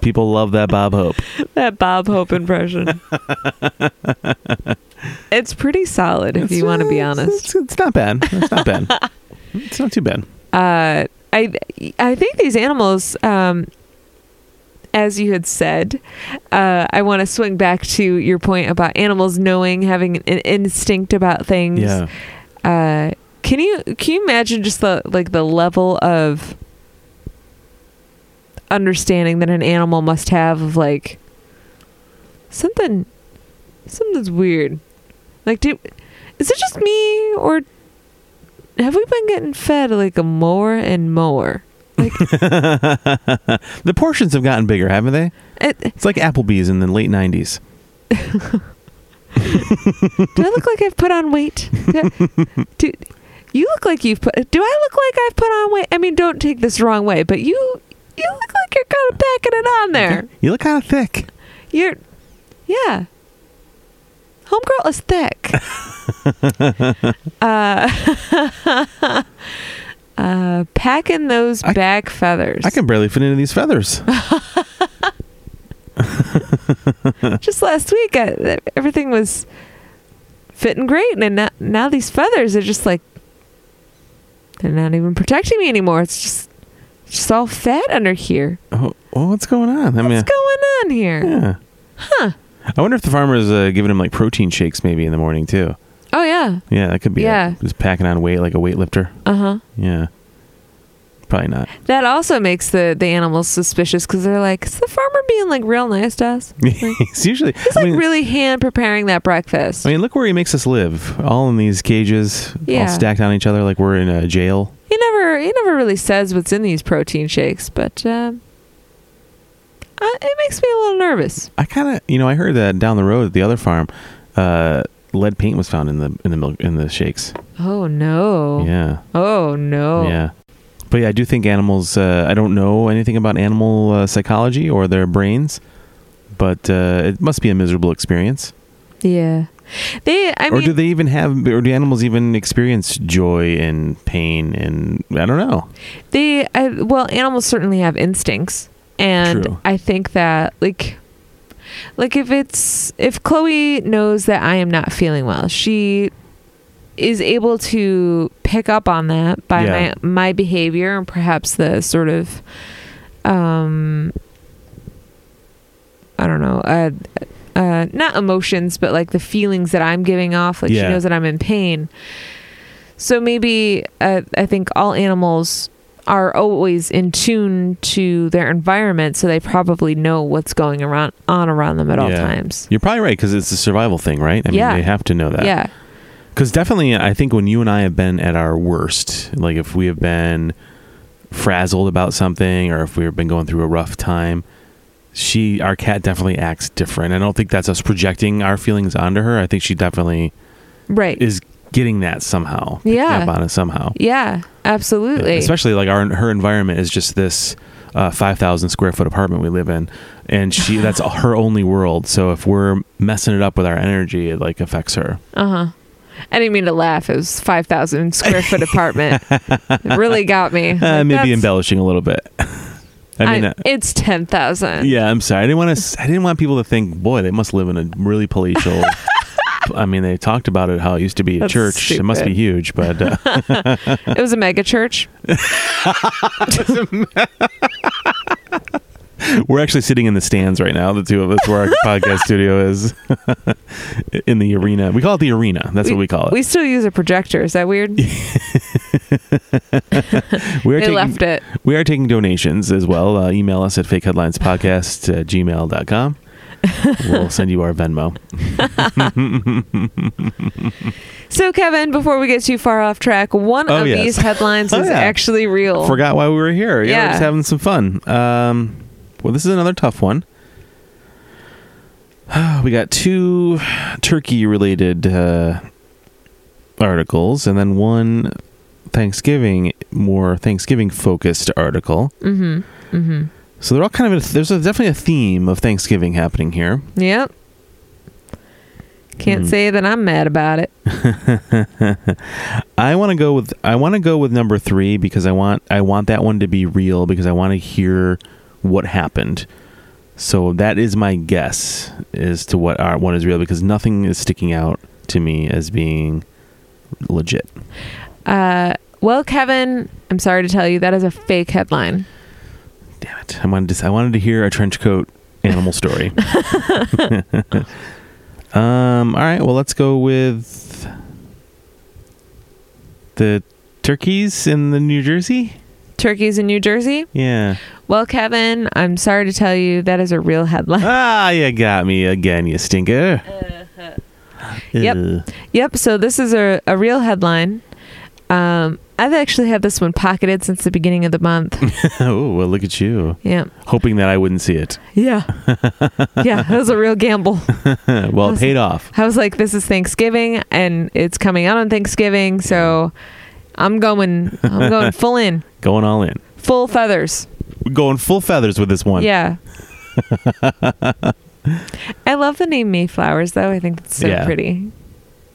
B: People love that Bob Hope.
A: that Bob Hope impression. it's pretty solid if you want to be honest.
B: It's, it's not bad. It's not bad. It's not too bad.
A: uh, I I think these animals, um, as you had said, uh, I want to swing back to your point about animals knowing, having an instinct about things.
B: Yeah.
A: Uh, can you can you imagine just the like the level of understanding that an animal must have of like something something's weird. Like do is it just me or have we been getting fed like a more and more?
B: the portions have gotten bigger, haven't they?
A: It,
B: It's like Applebee's in the late 90s.
A: do I look like I've put on weight? Do, do you look like you've put? Do I look like I've put on weight? I mean, don't take this the wrong way, but you you look like you're kind of packing it on there.
B: You look kind of thick.
A: You're, yeah. Homegirl is thick. uh, uh, packing those
B: I-
A: back feathers.
B: I can barely fit into these feathers.
A: Just last week, I, everything was fitting great, and now, now these feathers are just like they're not even protecting me anymore. It's just, it's just all fat under here.
B: oh, oh, what's going on? I mean,
A: What's going on here?
B: Yeah. Huh. I wonder if the farmer's uh, giving him like protein shakes maybe in the morning too.
A: Oh yeah.
B: Yeah, that could be. it.
A: Yeah.
B: Just packing on weight like a weightlifter.
A: Uh huh.
B: Yeah. Probably not.
A: That also makes the the animals suspicious because they're like, is the farmer being like real nice to us?
B: He's usually.
A: He's
B: I
A: like
B: mean,
A: really hand preparing that breakfast.
B: I mean, look where he makes us live. All in these cages, all
A: Yeah.
B: stacked on each other like we're in a jail.
A: he never he never really says what's in these protein shakes, but um, I, it makes me a little nervous.
B: I kind of, you know, I heard that down the road at the other farm, uh, lead paint was found in the in the milk in the shakes.
A: Oh no.
B: Yeah,
A: Oh no.
B: yeah. But yeah, I do think animals. Uh, I don't know anything about animal uh, psychology or their brains, but uh, it must be a miserable experience.
A: Yeah. They. I
B: or
A: mean,
B: do they even have? Or do animals even experience joy and pain? And I don't know.
A: they I, well animals certainly have instincts and
B: True.
A: i think that like like if it's if chloe knows that i am not feeling well she is able to pick up on that by
B: Yeah.
A: my my behavior and perhaps the sort of um i don't know uh uh not emotions but like the feelings that i'm giving off like
B: Yeah.
A: she knows that i'm in pain so maybe uh, I think all animals are always in tune to their environment, so they probably know what's going around on around them at all
B: Yeah.
A: times.
B: You're probably right because it's a survival thing, right? I mean,
A: Yeah.
B: they have to know that.
A: Yeah,
B: Because definitely, I think when you and I have been at our worst, like if we have been frazzled about something or if we've been going through a rough time, she, our cat definitely acts different. I don't think that's us projecting our feelings onto her. I think she definitely
A: right.
B: is getting that somehow. picking
A: Yeah.
B: Up on it somehow.
A: yeah, absolutely.
B: Especially like our, her environment is just this. Uh, 5,000 square foot apartment we live in, and she that's her only world. So if we're messing it up with our energy, it like affects her.
A: uh huh. I didn't mean to laugh. It was five thousand square foot apartment. It really got me.
B: Uh,
A: Like,
B: maybe
A: that's-
B: embellishing a little bit. I mean, uh,
A: it's ten thousand.
B: yeah, I'm sorry. I didn't want to. I didn't want people to think, boy, they must live in a really palatial. I mean, they talked about it how it used to be a
A: That's
B: church. It must be
A: stupid.
B: huge, but uh,
A: It was a mega church.
B: we're actually sitting in the stands right now. The two of us, where our podcast studio is, in the arena. We call it the arena. That's what we call it.
A: We still use a projector. Is that weird?
B: We are
A: they
B: taking,
A: left it.
B: We are taking donations as well. Uh, email us at fake headlines podcast at gmail.com. we'll send you our Venmo.
A: So, Kevin, before we get too far off track, one
B: Oh,
A: of
B: yes.
A: these headlines
B: Oh,
A: is
B: yeah.
A: actually real.
B: Forgot why we were here. Yeah,
A: Yeah.
B: we're just having some fun. Um, well, this is another tough one. We got two turkey-related uh, articles, and then one Thanksgiving, more Thanksgiving-focused article.
A: Mm-hmm. Mm-hmm.
B: So they're all kind of there's a, definitely a theme of Thanksgiving happening here.
A: Yep. Can't
B: Hmm.
A: say that I'm mad about it.
B: I want to go with I want to go with number three because I want I want that one to be real because I want to hear what happened. So that is my guess as to what our one is real because nothing is sticking out to me as being legit.
A: Uh, well, Kevin, I'm sorry to tell you that is a fake headline.
B: Damn it! I wanted to I wanted to hear a trench coat animal story. um. All right. Well, let's go with the turkeys in the New Jersey.
A: Turkeys in New Jersey.
B: Yeah.
A: Well, Kevin, I'm sorry to tell you that is a real headline.
B: ah, you got me again, you stinker.
A: Uh-huh. Yep.
B: Ugh.
A: Yep. So this is a, a real headline. Um, I've actually had this one pocketed since the beginning of the month.
B: oh, well, look at you.
A: yeah.
B: Hoping that I wouldn't see it.
A: Yeah. yeah. That was a real gamble.
B: Huh, well, it
A: Awesome.
B: paid off.
A: I was like, this is Thanksgiving and it's coming out on Thanksgiving, so I'm going I'm going full in.
B: Going all in.
A: Full feathers.
B: We're going full feathers with this one.
A: Yeah. I love the name Mayflowers though. I think it's so
B: Yeah.
A: pretty.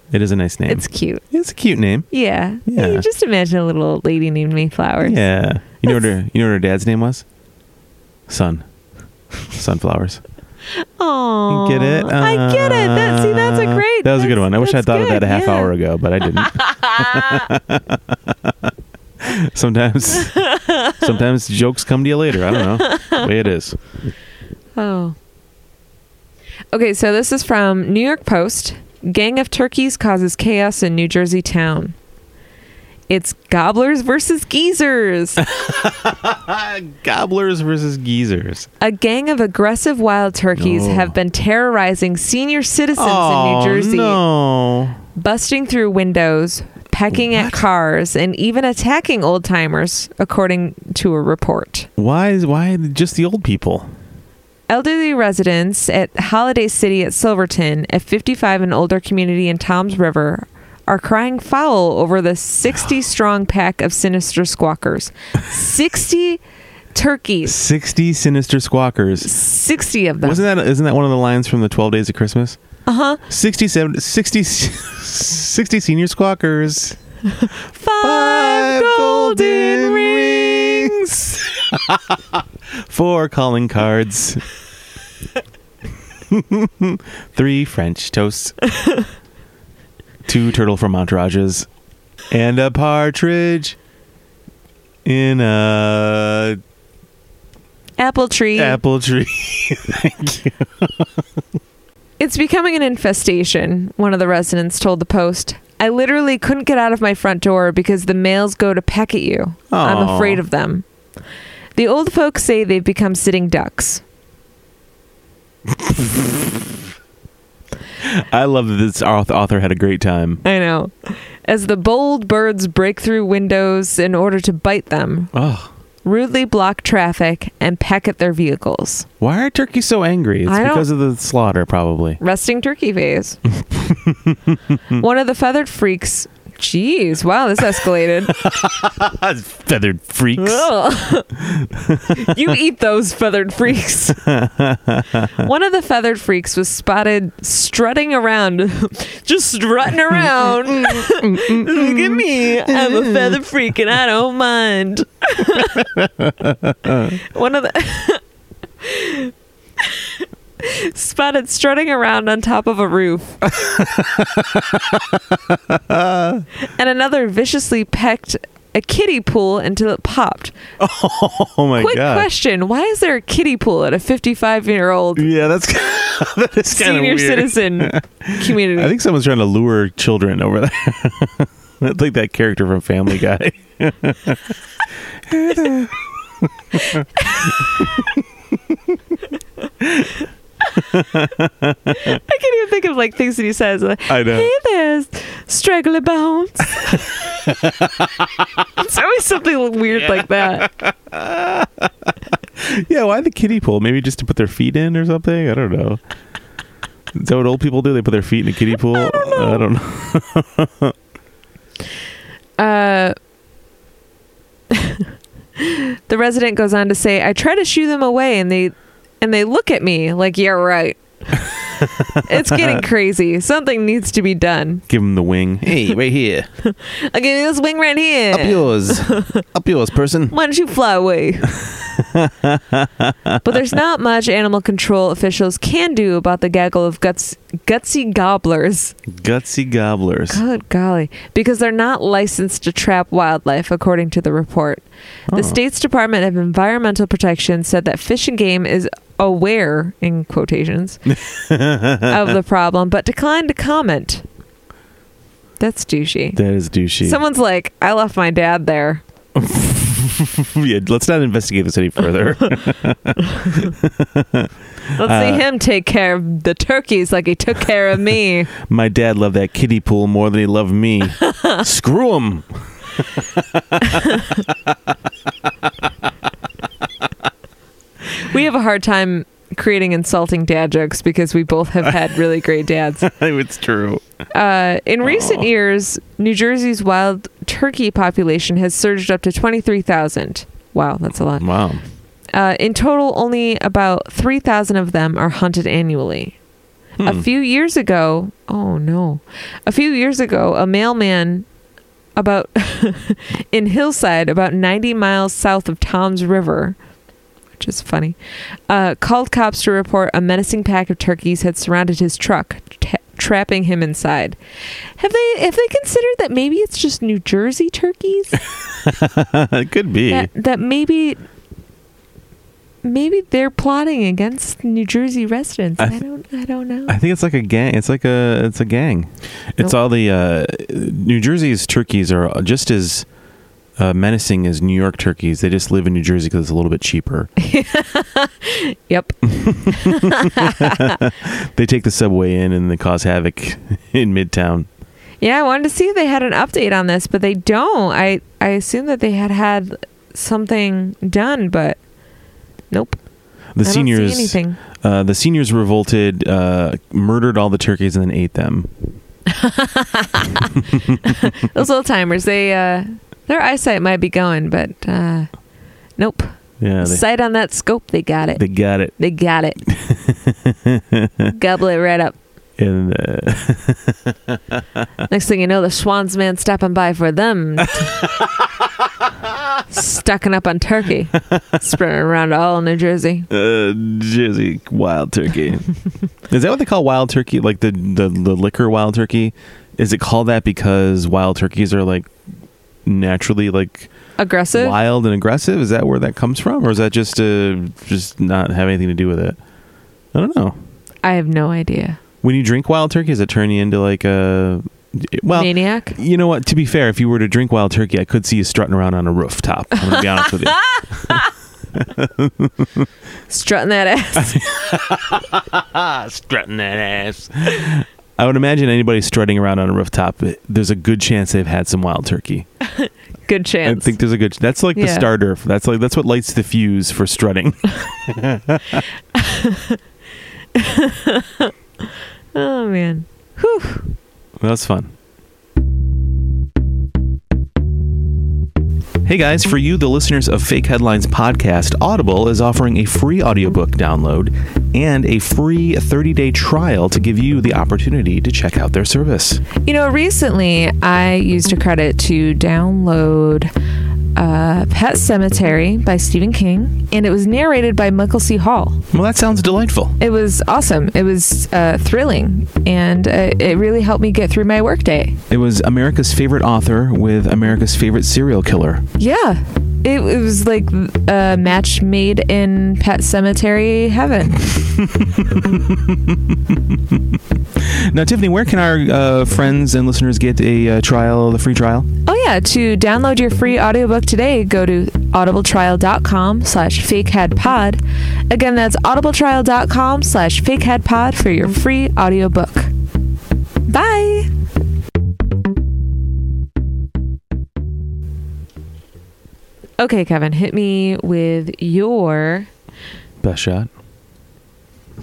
B: It is a nice name.
A: It's
B: It's,
A: cute.
B: a cute name.
A: Yeah.
B: Yeah.
A: You just imagine a little old lady named Mayflowers.
B: Yeah. You know, what her, you know what her dad's name was? Sun. Sunflowers.
A: Aww.
B: You get it?
A: Oh, I get it. That see that's a
B: Uh,
A: great
B: That was a good
A: that's-
B: one. I wish I
A: that's
B: thought of that
A: good.
B: a half
A: Yeah.
B: hour ago, but I didn't. sometimes, sometimes jokes come to you later. I don't know. The way it is.
A: Oh. Okay, so this is from New York Post. Gang of turkeys causes chaos in New Jersey town. It's gobblers versus geezers. Uh,
B: Gobblers versus geezers.
A: A gang of aggressive wild turkeys
B: No.
A: have been terrorizing senior citizens in New Jersey,
B: Oh, no.
A: busting through windows, pecking at
B: What?
A: cars, and even attacking old timers, according to a report.
B: Why is why just the old people?
A: Elderly residents at Holiday City at Silverton, a 55 and older community in Toms River, are crying foul over the 60 strong pack of sinister squawkers. 60 turkeys,
B: 60 sinister squawkers.
A: 60 of them.
B: Wasn't that isn't that one of the lines from the 12 days of Christmas?
A: uh-huh.
B: 67 60 60 senior squawkers.
A: Five,
B: Five
A: golden
B: golden
A: rings.
B: Four calling cards. Three French toasts. Two turtle from entourages. And a partridge in a
A: Apple tree.
B: apple tree.
A: It's becoming an infestation, one of the residents told the Post. I literally couldn't get out of my front door because the males go to peck at you. I'm
B: Aw.
A: afraid of them. The old folks say they've become sitting ducks.
B: I love that this auth- author had a great time.
A: I know. As the bold birds break through windows in order to bite them,
B: Oh,
A: rudely block traffic, and peck at their vehicles.
B: why are turkeys so angry? It's
A: I don't-
B: because of the slaughter, probably.
A: Resting turkey phase. one of the feathered freaks. Jeez, wow, this escalated.
B: Feathered freaks.
A: Ugh. you eat those feathered freaks. One of the feathered freaks was spotted strutting around, just strutting around. Look at me. I'm a feathered freak and I don't mind. One of the. Spotted strutting around on top of a roof. and another viciously pecked a kiddie pool until it popped.
B: Oh my
A: Quick
B: god.
A: question: Why is there a kiddie pool at a 55-year-old
B: Yeah, that's that is kind of
A: senior
B: weird.
A: citizen community?
B: I think someone's trying to lure children over there. I think that character from Family Guy.
A: I can't even think of like things that he says. Like,
B: I know.
A: Hey there, straggler bones. it's always something weird like that.
B: Yeah, why the kiddie pool? Maybe just to put their feet in or something? I don't know. Is that what old people do? They put their feet in a kiddie pool? I don't know.
A: Uh, the resident goes on to say, "I try to shoo them away, and they and they look at me like you're right." it's getting crazy. Something needs to be done.
B: Give them the wing.
C: Hey, right here.
A: I'll give you this wing right here.
C: Up yours. Up yours, person.
A: Why don't you fly away? but there's not much animal control officials can do about the gaggle of guts, gutsy gobblers.
B: Gutsy gobblers.
A: Good golly. Because they're not licensed to trap wildlife, according to the report. The state's Department of Environmental Protection said that Fish and Game is aware, in quotations, of the problem, but declined to comment. That's douchey.
B: That is douchey.
A: Someone's like, I left my dad there.
B: yeah, let's not investigate this any further.
A: Let's see him take care of the turkeys like he took care of me.
B: My dad loved that kiddie pool more than he loved me. Screw him.
A: We have a hard time creating insulting dad jokes because we both have had really great dads.
B: it's true.
A: Uh, in recent years, New Jersey's wild turkey population has surged up to 23,000. Wow, that's a lot.
B: Wow.
A: Uh, in total, only about 3,000 of them are hunted annually.
B: Hmm.
A: A few years ago, oh no, a few years ago, a mailman about in Hillside, about 90 miles south of Tom's River, which is funny, uh, called cops to report a menacing pack of turkeys had surrounded his truck, t- trapping him inside. Have they have they considered that maybe it's just New Jersey turkeys?
B: it could be.
A: that that maybe maybe they're plotting against New Jersey residents.
B: I
A: I,
B: th-
A: don't I don't know.
B: I think it's like a gang. It's like a it's a gang.
A: Nope.
B: It's all the uh, New Jersey's turkeys are just as uh, menacing as New York turkeys. They just live in New Jersey because it's a little bit cheaper.
A: yep.
B: they take the subway in and they cause havoc in Midtown.
A: Yeah, I wanted to see if they had an update on this, but they don't. I I assume that they had had something done, but nope. I
B: The
A: don't see
B: seniors,
A: anything.
B: uh, the seniors revolted, uh, murdered all the turkeys and then ate them.
A: Those old timers, they uh, their eyesight might be going, but uh, nope.
B: Yeah, they,
A: Sight on that scope, they got it.
B: they
A: They,
B: got it.
A: got it. Gobble it right up.
B: And uh,
A: Next thing you know, the Schwanz man stopping by for them. Stocking up on turkey, spreading around all New Jersey.
B: uh, Jersey wild turkey. Is that what they call wild turkey? Like the, the the liquor wild turkey? Is it called that because wild turkeys are like naturally like
A: Aggressive.
B: wild and aggressive? Is that where that comes from, or is that just uh just not have anything to do with it? I don't know.
A: I have no idea.
B: When you drink wild turkey, does it turn you into like a well?
A: Maniac.
B: You know what? To be fair, if you were to drink wild turkey, I could see you strutting around on a rooftop. I'm gonna be honest with you.
A: strutting that ass.
B: strutting that ass. I would imagine anybody strutting around on a rooftop. There's a good chance they've had some wild turkey.
A: Good chance.
B: I think there's a good. That's like the
A: Yeah.
B: starter. That's like that's what lights the fuse for strutting.
A: oh man.
B: That's fun. Hey guys, for you, the listeners of Fake Headlines Podcast, Audible is offering a free audiobook download and a free 30 day trial to give you the opportunity to check out their service.
A: You know, recently I used a credit to download uh, Pet Cemetery by Stephen King, and it was narrated by Michael C. Hall.
B: Well, that sounds delightful.
A: It was awesome. It was uh, thrilling, and uh, it really helped me get through my workday.
B: It was America's favorite author with America's favorite serial killer.
A: Yeah, it, it was like a match made in Pet Cemetery heaven.
B: Now, Tiffany, where can our uh, friends and listeners get a uh, trial, the free trial?
A: Oh yeah, to download your free audiobook today, go to audibletrial.com slash fakeheadpod. Again, that's audibletrial.com slash fakeheadpod for your free audiobook. Bye! Okay, Kevin, hit me with your
B: Best shot.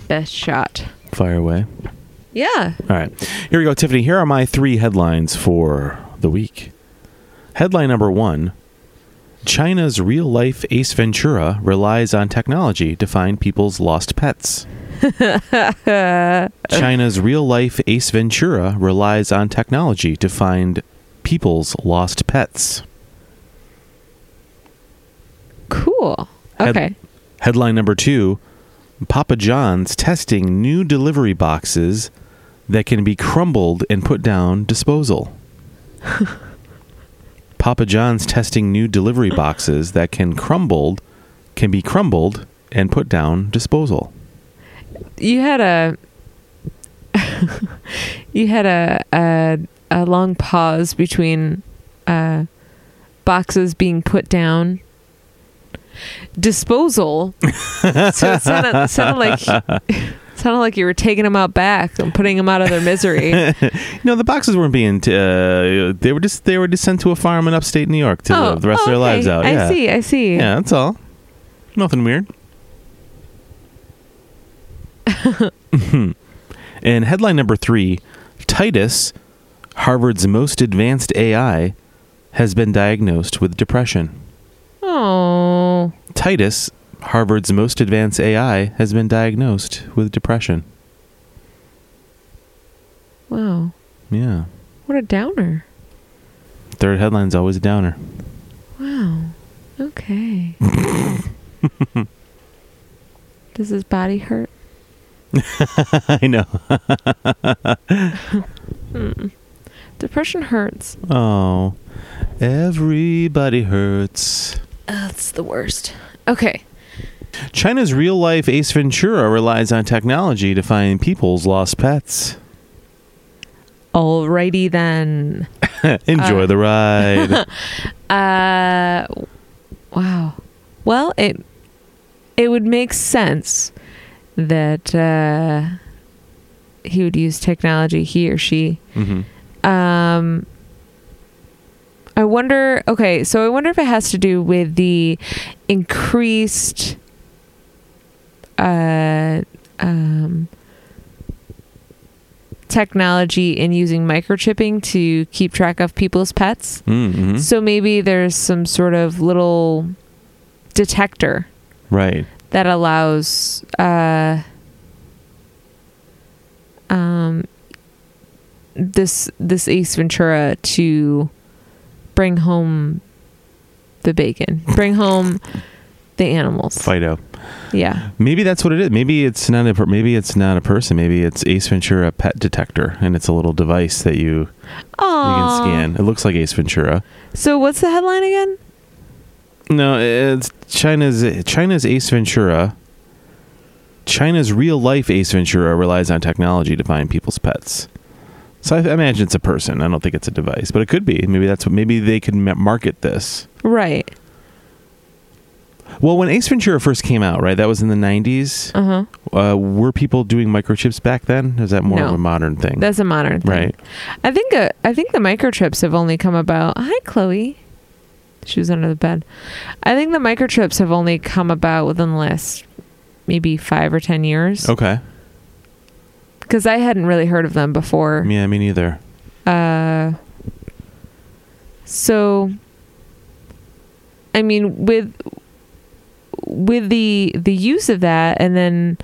A: best shot.
B: Fire away.
A: Yeah.
B: All right. Here we go, Tiffany. Here are my three headlines for the week. Headline number one China's real life Ace Ventura relies on technology to find people's lost pets. China's real life Ace Ventura relies on technology to find people's lost pets.
A: Cool.
B: Head-
A: Okay.
B: Headline number two Papa John's testing new delivery boxes that can be crumbled and put down disposal. Papa John's testing new delivery boxes that can crumbled can be crumbled and put down disposal.
A: you had a you had a a, a long pause between uh, boxes being put down disposal so it sounded, sounded like sounded like you were taking them out back and putting them out of their misery
B: No, the boxes weren't being t- uh, they were just they were just sent to a farm in upstate New York to live the rest of their
A: Oh, okay.
B: lives out. Yeah.
A: i see i see
B: Yeah, that's all. Nothing weird. and headline number three Titus, Harvard's most advanced AI, has been diagnosed with depression.
A: oh
B: Titus, Harvard's most advanced AI, has been diagnosed with depression.
A: wow
B: Yeah.
A: what a downer
B: Third headline's always a downer.
A: Wow. Okay. Does his body hurt?
B: I know.
A: Depression hurts.
B: Oh. Everybody hurts.
A: That's the worst. Okay.
B: China's real life Ace Ventura relies on technology to find people's lost pets.
A: Alrighty then.
B: Enjoy
A: Uh.
B: the ride.
A: Uh, wow. Well, it it would make sense that uh, he would use technology. He or she.
B: hmm
A: Um, I wonder. Okay, so I wonder if it has to do with the increased, uh, um, technology in using microchipping to keep track of people's pets.
B: Mm-hmm.
A: So maybe there's some sort of little detector
B: right.
A: that allows uh, um, this this Ace Ventura to bring home the bacon, bring home the animals.
B: Fido.
A: Yeah,
B: Maybe that's what it is. Maybe it's not a per- maybe it's not a person. Maybe it's Ace Ventura pet detector, and it's a little device that you, you can
A: Aww.
B: scan. It looks like Ace Ventura.
A: So what's the headline again?
B: No, it's China's China's Ace Ventura. China's real life Ace Ventura relies on technology to find people's pets. So I imagine it's a person. I don't think it's a device, but it could be. Maybe that's what. Maybe they could ma- market this.
A: Right.
B: Well, when Ace Ventura first came out, right? That was in the nineties.
A: Uh huh.
B: Uh, were people doing microchips back then? Is that more
A: No.
B: of a modern thing?
A: That's a modern thing.
B: right.
A: I think uh, I think the microchips have only come about. Hi, Chloe. She was under the bed. I think the microchips have only come about within the last maybe five or ten years.
B: Okay.
A: Because I hadn't really heard of them before.
B: Yeah, me neither.
A: Uh, so, I mean, with with the the use of that, and then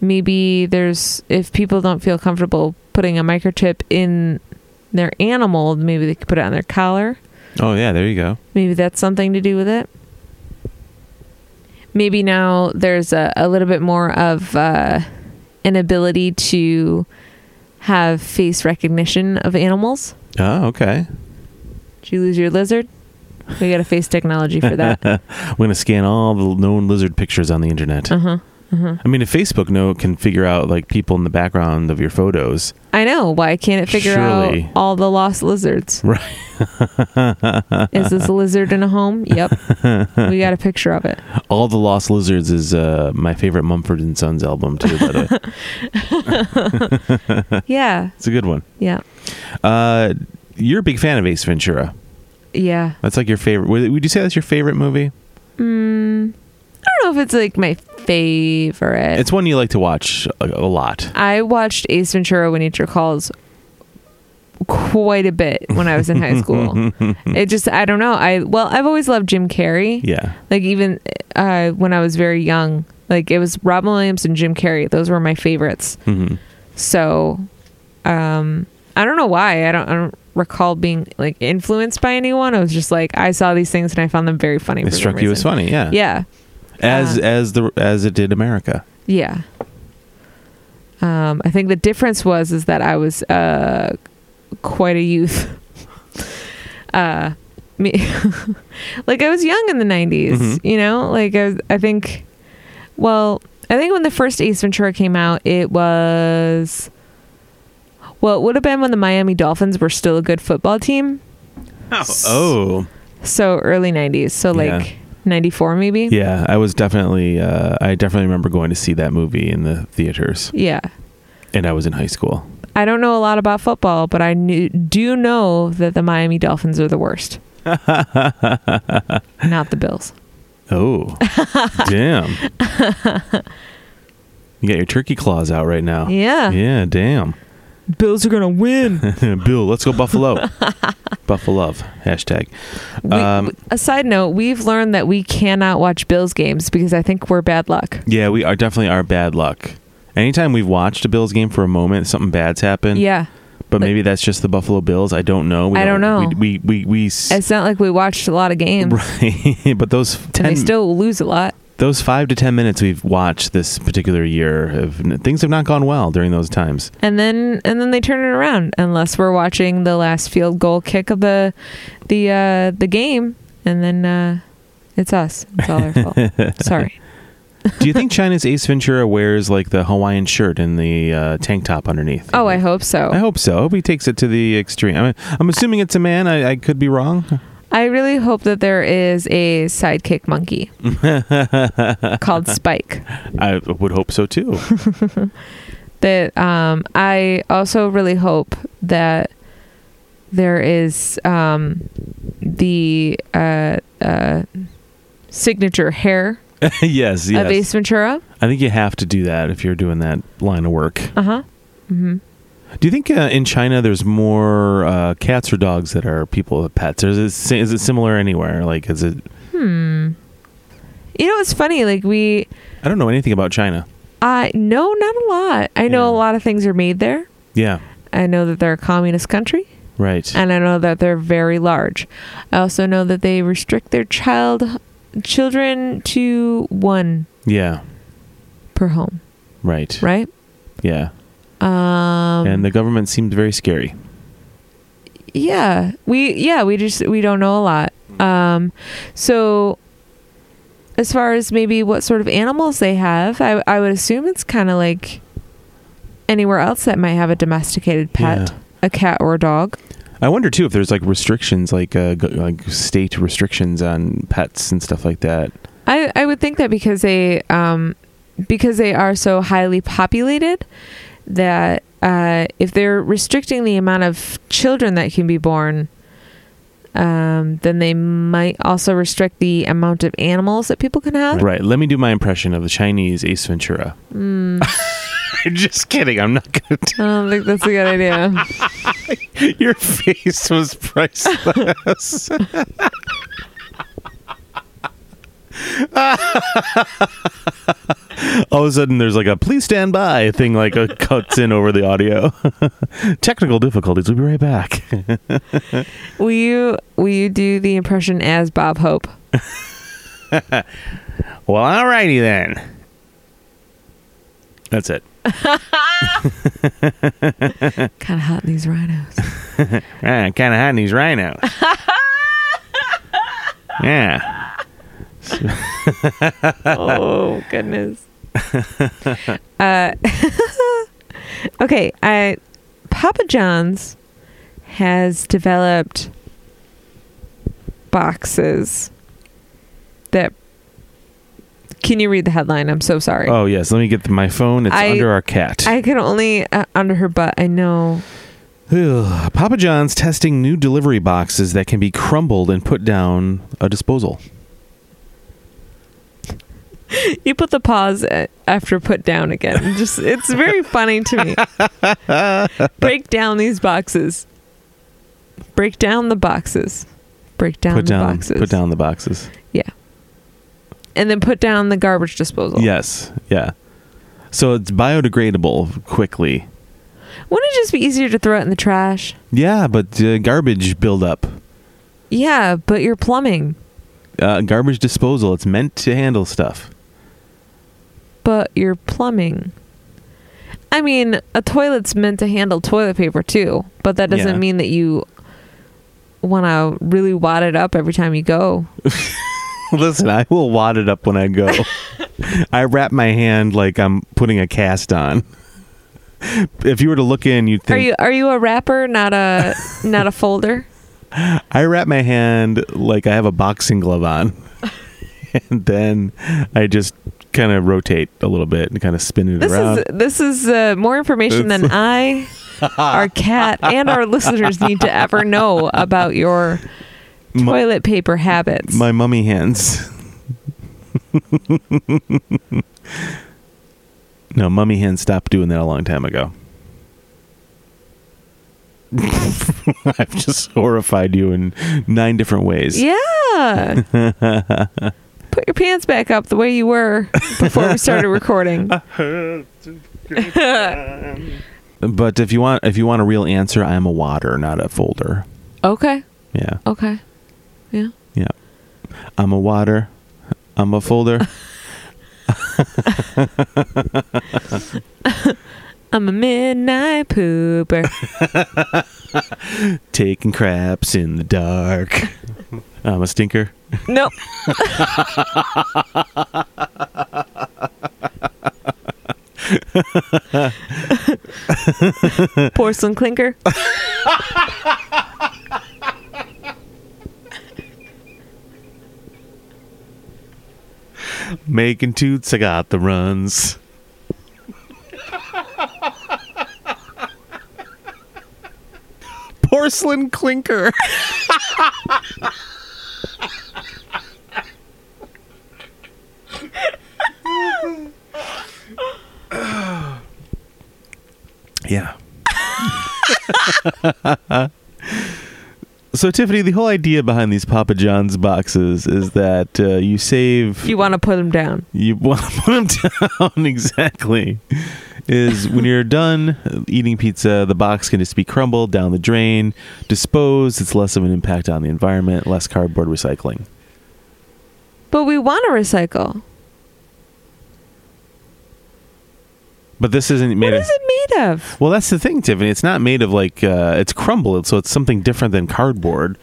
A: maybe there's if people don't feel comfortable putting a microchip in their animal, maybe they could put it on their collar.
B: Oh yeah, there you go.
A: Maybe that's something to do with it. Maybe now there's a, a little bit more of uh, an ability to have face recognition of animals.
B: Oh, okay.
A: Did you lose your lizard? We got a face technology for that.
B: I'm gonna scan all the known lizard pictures on the internet.
A: Uh huh.
B: I mean, if Facebook no can figure out like people in the background of your photos,
A: I know. Why can't it figure
B: Surely.
A: out all the lost lizards?
B: right?
A: Is this a lizard in a home? Yep. we got a picture of it.
B: All the Lost Lizards is uh, my favorite Mumford and Sons album too. By the way,
A: Yeah.
B: it's a good one.
A: Yeah.
B: Uh, you're a big fan of Ace Ventura.
A: Yeah.
B: That's like your favorite. Would would you say that's your favorite movie?
A: Mm, I don't know if it's like my favorite.
B: It's one you like to watch a, a lot.
A: I watched Ace Ventura: When Nature Calls quite a bit when I was in high school. It just I don't know. I well, I've always loved Jim Carrey.
B: Yeah.
A: Like even uh, when I was very young, like it was Robin Williams and Jim Carrey. Those were my favorites.
B: hmm
A: So um, I don't know why. I don't. I don't recall being like influenced by anyone. I was just like I saw these things and I found them very funny. for
B: It
A: some
B: struck you as
A: reason.
B: funny. Yeah.
A: Yeah.
B: As
A: Uh,
B: as the as it did America.
A: Yeah. Um, I think the difference was is that I was uh, quite a youth. uh, me, like I was young in the 90s
B: Mhm.
A: You know, like I, was, I think. Well, I think when the first Ace Ventura came out, it was. Well, it would have been when the Miami Dolphins were still a good football team.
B: Oh.
A: So early 90s. So like
B: Yeah.
A: 94 maybe.
B: Yeah, I was definitely. Uh, I definitely remember going to see that movie in the theaters,
A: Yeah.
B: and I was in high school.
A: I don't know a lot about football, but I knew, do know that the Miami Dolphins are the worst. Not the Bills.
B: Oh, damn! You got your turkey claws out right now.
A: Yeah.
B: Oh, Yeah, damn.
A: Bills are going to win.
B: Bill, let's go Buffalo. Buffalo hashtag.
A: We-
B: Um,
A: a side note, we've learned that we cannot watch Bills games because I think we're bad luck.
B: Yeah, we are definitely our bad luck. Anytime we've watched a Bills game for a moment, something bad's happened.
A: Yeah.
B: but maybe that's just the Buffalo Bills. I don't know. We
A: I don't know.
B: We we we, we s-
A: It's not like we watched a lot of games.
B: right. but those
A: And
B: ten
A: they still lose a lot.
B: those five to ten minutes we've watched this particular year have things have not gone well during those times.
A: And then and then they turn it around unless we're watching the last field goal kick of the the uh the game and then uh it's us. It's all our fault. Sorry.
B: Do you think China's Ace Ventura wears like the Hawaiian shirt and the uh, tank top underneath?
A: Oh, I hope so.
B: I hope so. I hope he takes it to the extreme. I mean, I'm assuming it's a man. I, I could be wrong.
A: I really hope that there is a sidekick monkey called Spike.
B: I would hope so too.
A: That um, I also really hope that there is um, the uh, uh, signature hair
B: yes,
A: of
B: yes.
A: Ace Ventura.
B: I think you have to do that if you're doing that line of work.
A: Uh huh. hmm
B: Do you think uh, in China there's more uh, cats or dogs that are people with pets? Or is it, si- is it similar anywhere? Like, is it?
A: Hmm. You know, it's funny. Like we,
B: I don't know anything about China.
A: I no, not a lot. I know
B: Yeah.
A: a lot of things are made there.
B: Yeah,
A: I know that they're a communist country.
B: right.
A: and I know that they're very large. I also know that they restrict their child children to one
B: yeah,
A: per home,
B: right.
A: right?
B: Yeah,
A: Um,
B: and the government seemed very scary.
A: yeah, we yeah we just we don't know a lot. Um, so as far as maybe what sort of animals they have, I I would assume it's kind of like anywhere else that might have a domesticated pet,
B: Yeah.
A: a cat or a dog.
B: I wonder too if there's like restrictions, like uh, go- like state restrictions on pets and stuff like that.
A: I, I would think that because they um, because they are so highly populated that uh, if they're restricting the amount of children that can be born, um, then they might also restrict the amount of animals that people can have.
B: Right. Let me do my impression of the Chinese Ace Ventura.
A: Mm,
B: I'm just kidding. I'm not gonna.
A: I don't think Um, that's a good idea.
B: Do- Your face was priceless. All of a sudden, there's like a "please stand by" thing, like uh cuts in over the audio. Technical difficulties. We'll be right back.
A: Will you will you do the impression as Bob Hope?
B: Well, alrighty then. That's it.
A: Kind of hot in these rhinos.
B: Ah, kind of hot in these rhinos. yeah.
A: oh goodness. uh, okay, I Papa John's has developed boxes that. Can you read the headline? I'm so sorry.
B: Oh yes. Let me get my phone. It's
A: I-
B: under our cat.
A: I can only uh, under her butt. I know.
B: Ugh. Papa John's testing new delivery boxes that can be crumbled and put down a disposal.
A: You put the pause a- after put down again. Just it's very funny to me. Break down these boxes. Break down the boxes. Break down
B: put
A: the
B: down.
A: boxes.
B: Put down the boxes.
A: And then put down the garbage disposal.
B: Yes. Yeah. So it's biodegradable quickly.
A: Wouldn't it just be easier to throw it in the trash?
B: Yeah, but uh, garbage buildup,
A: Yeah, but your plumbing.
B: uh, garbage disposal. It's meant to handle stuff.
A: But your plumbing. I mean, a toilet's meant to handle toilet paper too, but that doesn't
B: Yeah.
A: mean that you want to really wad it up every time you go.
B: Listen, I will wad it up when I go. I wrap my hand like I'm putting a cast on. If you were to look in, you'd
A: Are
B: think
A: you are you a wrapper, not a not a folder?
B: I wrap my hand like I have a boxing glove on. and then I just kind of rotate a little bit and kind of spin it
A: This
B: around.
A: is this is uh, more information than I, our cat, and our listeners need to ever know about your
B: My-
A: toilet paper habits.
B: my mummy hands. no, mummy hands stopped doing that a long time ago. I've just horrified you in nine different ways.
A: Yeah. Put your pants back up the way you were before we started recording.
B: But if you want if you want a real answer, I am a water, not a folder.
A: Okay.
B: Yeah.
A: Okay. Yeah.
B: Yeah. I'm a water. I'm a folder.
A: I'm a midnight pooper.
B: Taking craps in the dark. I'm a stinker.
A: Nope. Porcelain clinker.
B: Making toots, I got the runs. Porcelain clinker. yeah. so, Tiffany, the whole idea behind these Papa John's boxes is that uh, you save.
A: You want to put them down.
B: You want to put them down exactly. Is when you're done eating pizza, the box can just be crumbled down the drain, disposed. It's less of an impact on the environment, less cardboard recycling.
A: But we want to recycle.
B: But this isn't made
A: What
B: of.
A: is it made of?
B: Well, that's the thing, Tiffany. It's not made of like uh, it's crumbled, so it's something different than cardboard.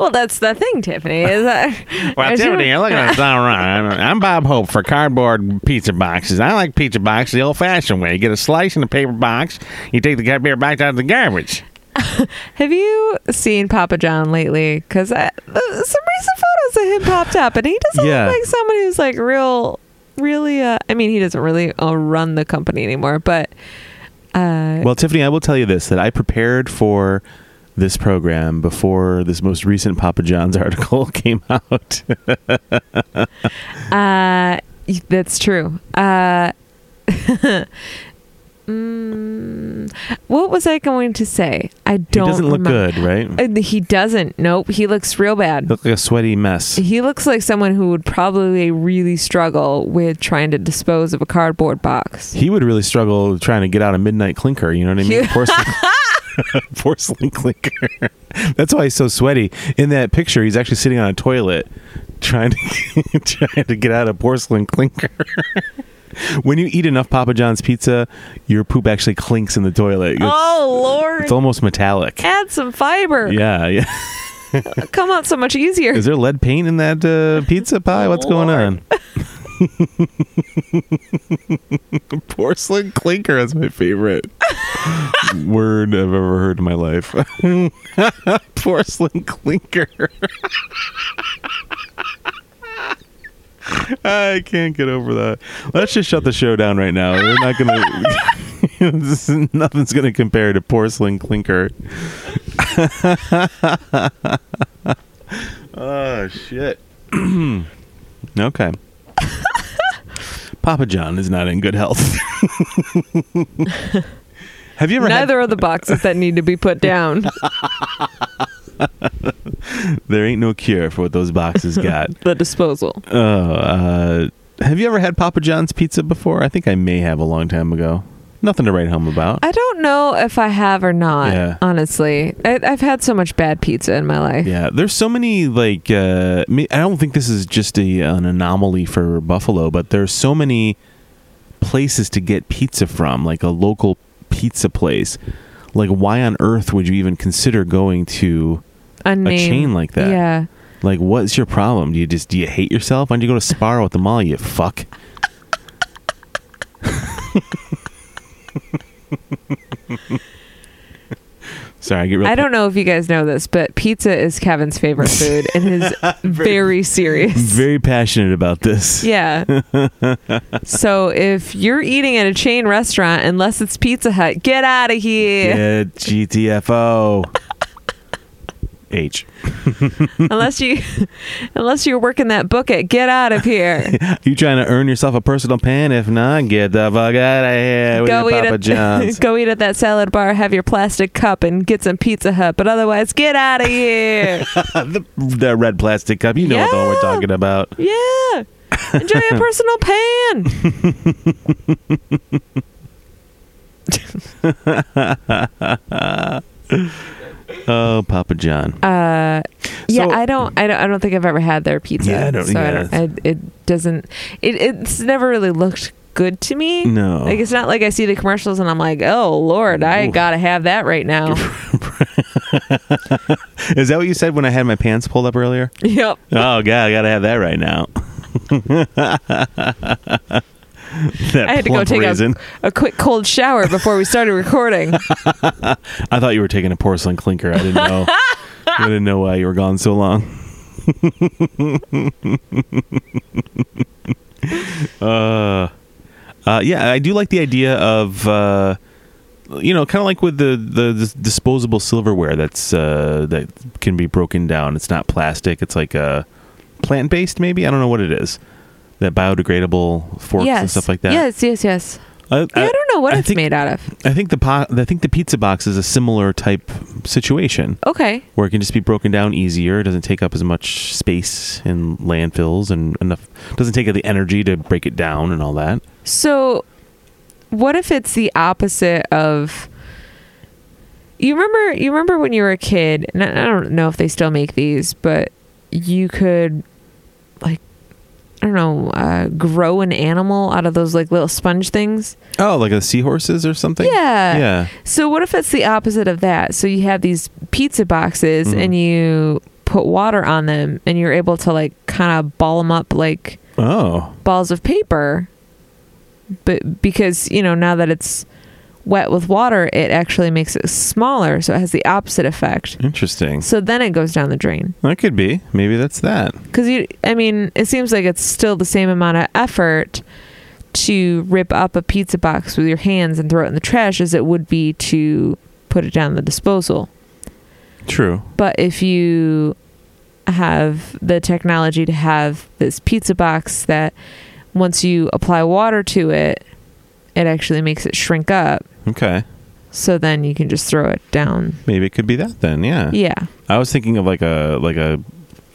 A: Well, that's the thing, Tiffany. Is that I do-
B: looking at this all right. I'm Bob Hope for cardboard pizza boxes. I like pizza boxes the old-fashioned way. You get a slice in a paper box. You take the paper box out of the garbage.
A: Have you seen Papa John lately? Because some recent photos of him popped up, and he doesn't
B: Yeah.
A: look like someone who's like real, really. Uh, I mean, he doesn't really uh, run the company anymore, but uh,
B: Well, Tiffany, I will tell you this that I prepared for this program before this most recent Papa John's article came out.
A: uh, y- that's true. Uh, mm, what was I going to say? I don't.
B: he doesn't look
A: remem-
B: good, right?
A: Uh, he doesn't. Nope. He looks real bad.
B: Look like a sweaty mess.
A: He looks like someone who would probably really struggle with trying to dispose of a cardboard box.
B: He would really struggle trying to get out a midnight clinker. You know what I mean?
A: Yeah.
B: Porcelain, porcelain clinker. That's why he's so sweaty. In that picture, he's actually sitting on a toilet trying to trying to get out a porcelain clinker. when you eat enough Papa John's pizza, your poop actually clinks in the toilet. It's,
A: Oh Lord!
B: it's almost metallic.
A: Add some fiber.
B: Yeah, yeah.
A: Come out so much easier.
B: Is there lead paint in that uh, pizza pie? What's going on? Porcelain clinker is my favorite word I've ever heard in my life. Porcelain clinker. I can't get over that. Let's just shut the show down right now. We're not gonna. this is, nothing's gonna compare to porcelain clinker. Oh shit. okay. Papa John is not in good health. Have you ever had-
A: Neither of the boxes that need to be put down.
B: there ain't no cure for what those boxes got.
A: the disposal.
B: Oh, uh, have you ever had Papa John's pizza before? I think I may have a long time ago. Nothing to write home about.
A: I don't know if I have or not.
B: Yeah.
A: Honestly, I, I've had so much bad pizza in my life.
B: yeah, there's so many like uh, me- I don't think this is just a, an anomaly for Buffalo, but there's so many places to get pizza from, like a local pizza place. Like, why on earth would you even consider going to?
A: Unnamed.
B: chain like that.
A: Yeah.
B: Like, what's your problem? Do you just do you hate yourself? Why don't you go to Sparrow at the mall? You fuck. Sorry, I get real.
A: I don't know if you guys know this, but pizza is Kevin's favorite food and is very serious.
B: very passionate about this.
A: Yeah. so if you're eating at a chain restaurant, unless it's Pizza Hut, get out of here.
B: Yeah, GTFO. H.
A: unless you, unless you're working that book at, get out of here.
B: You trying to earn yourself a personal pan? If not, get the fuck out of here with
A: go
B: your
A: eat
B: Papa
A: at
B: John's.
A: go eat at that salad bar. Have your plastic cup and get some Pizza Hut. But otherwise, get out of here.
B: the, the red plastic cup. You know what the one we're
A: Yeah.
B: talking about.
A: yeah. Enjoy your personal pan.
B: Oh, Papa John.
A: Uh, yeah,
B: So-
A: I don't, I don't, I don't think I've ever had their pizza.
B: Yeah, I don't-
A: So
B: yeah,
A: I don't. I, it doesn't. It, it's never really looked good to me.
B: No.
A: Like it's not like I see the commercials and I'm like, oh lord, I
B: Oof.
A: gotta have that right now.
B: Is that what you said when I had my pants pulled up earlier?
A: yep.
B: Oh god, I gotta have that right now. that
A: I had to go
B: plump
A: take a-
B: raisin.
A: A quick cold shower before we started recording.
B: I thought you were taking a porcelain clinker. I didn't know. I didn't know why you were gone so long. uh, uh, yeah, I do like the idea of uh, you know, kind of like with the, the the disposable silverware that's uh, that can be broken down. It's not plastic. It's like a plant based, maybe. I don't know what it is. That biodegradable forks
A: yes.
B: and stuff like that.
A: Yes, yes, yes.
B: I,
A: Yeah, I,
B: I,
A: don't know what
B: I
A: it's
B: think-
A: made out of.
B: I think the po- I think the pizza box is a similar type situation
A: Okay.
B: where it can just be broken down easier. It doesn't take up as much space in landfills and enough doesn't take up the energy to break it down and all that.
A: So, what if it's the opposite of? You remember? You remember when you were a kid? And I I don't know if they still make these, but you could, like, I don't know, uh, grow an animal out of those like little sponge things.
B: Oh, like a seahorses or something.
A: Yeah.
B: Yeah.
A: So what if it's the opposite of that? So you have these pizza boxes
B: Mhm.
A: and you put water on them, and you're able to like kind of ball them up like
B: Oh.
A: balls of paper but because you know now that it's wet with water it actually makes it smaller so it has the opposite effect
B: Interesting.
A: so then it goes down the drain
B: That could be. Maybe that's that.
A: because you i mean it seems like it's still the same amount of effort to rip up a pizza box with your hands and throw it in the trash as it would be to put it down the disposal
B: True.
A: But if you have the technology to have this pizza box that once you apply water to it, it actually makes it shrink up.
B: Okay.
A: So then you can just throw it down.
B: Maybe it could be that then. Yeah.
A: Yeah.
B: I was thinking of like a like a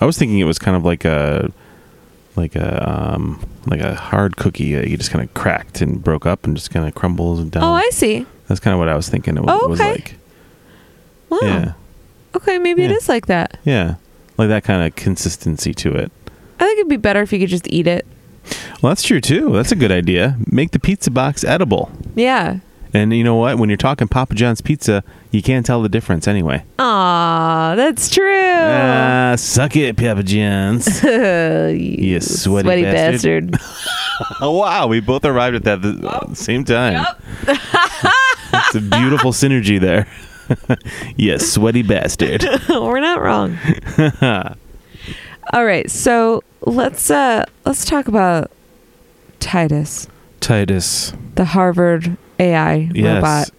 B: I was thinking it was kind of like a like a um like a hard cookie that you just kind of cracked and broke up and just kind of crumbles down.
A: Oh, I see.
B: That's kind of what I was thinking it wa-
A: Oh,
B: was
A: okay. Hmm.
B: like.
A: Wow.
B: Yeah.
A: Okay, maybe it
B: Yeah.
A: is like that.
B: Yeah. Like that kind of consistency to it.
A: I think it'd be better if you could just eat it.
B: Well, that's true too. That's a good idea. Make the pizza box edible.
A: Yeah.
B: And you know what? When you're talking Papa John's pizza, you can't tell the difference anyway.
A: Aw, that's true.
B: Ah, suck it, Papa John's.
A: you
B: sweaty bastard. oh, wow. We both arrived at that the
A: Oh.
B: same time. it's a beautiful synergy there. yes, sweaty bastard.
A: We're not wrong. All right, so let's uh let's talk about Titus,
B: Titus.
A: the Harvard AI
B: Yes.
A: robot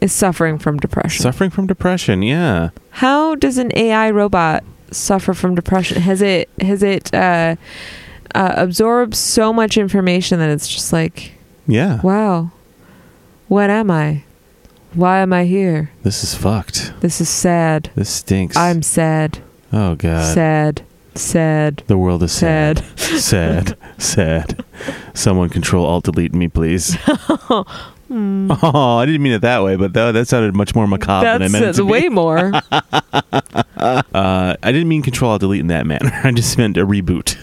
A: is suffering from depression.
B: Suffering from depression. Yeah.
A: How does an AI robot suffer from depression? Has it has it uh, uh absorbed so much information that it's just like,
B: Yeah.
A: wow. What am I? Why am I here?
B: This is fucked.
A: This is sad.
B: This stinks.
A: I'm sad.
B: Oh god.
A: sad. Sad.
B: The world is sad.
A: Sad.
B: Sad. sad. Someone control alt delete me, please.
A: Hmm.
B: Oh, I didn't mean it that way, but that, that sounded much more macabre than I meant it
A: That's
B: to
A: uh,
B: be.
A: way more.
B: Uh, I didn't mean control alt delete in that manner. I just meant a reboot.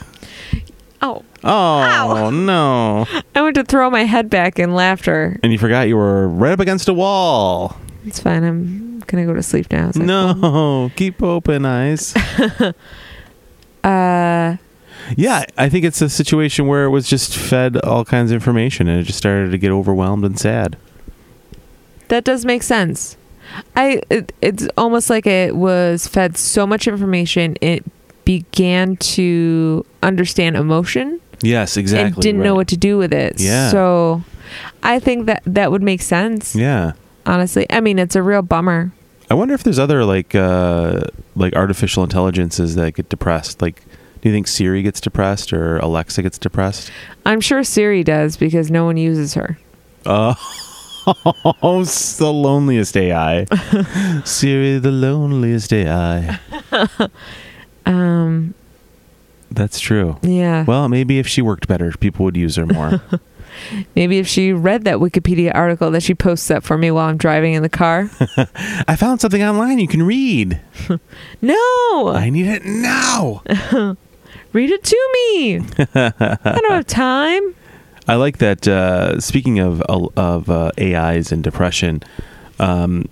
A: oh.
B: Oh no!
A: I went to throw my head back in laughter.
B: And you forgot you were right up against a wall.
A: It's fine. I'm gonna go to sleep now. It's like,
B: no, keep open eyes.
A: Uh,
B: yeah, I think it's a situation where it was just fed all kinds of information and it just started to get overwhelmed and sad.
A: that does make sense. I. It, it's almost like it was fed so much information it began to understand emotion
B: Yes, exactly.
A: and didn't know what to do with it.
B: Yeah.
A: So, I think that that would make sense.
B: Yeah.
A: Honestly, I mean, it's a real bummer.
B: I wonder if there's other like uh like artificial intelligences that get depressed. Like do you think Siri gets depressed or Alexa gets depressed?
A: I'm sure Siri does because no one uses her.
B: Uh Oh, it's the loneliest AI. Siri, the loneliest AI.
A: Um.
B: That's true.
A: Yeah.
B: Well, maybe if she worked better, people would use her more.
A: Maybe if she read that Wikipedia article that she posts up for me while I'm driving in the car.
B: I found something online you can read.
A: no,
B: I need it now.
A: read it to me. I don't have time.
B: I like that. Uh, speaking of of uh, AIs and depression, um,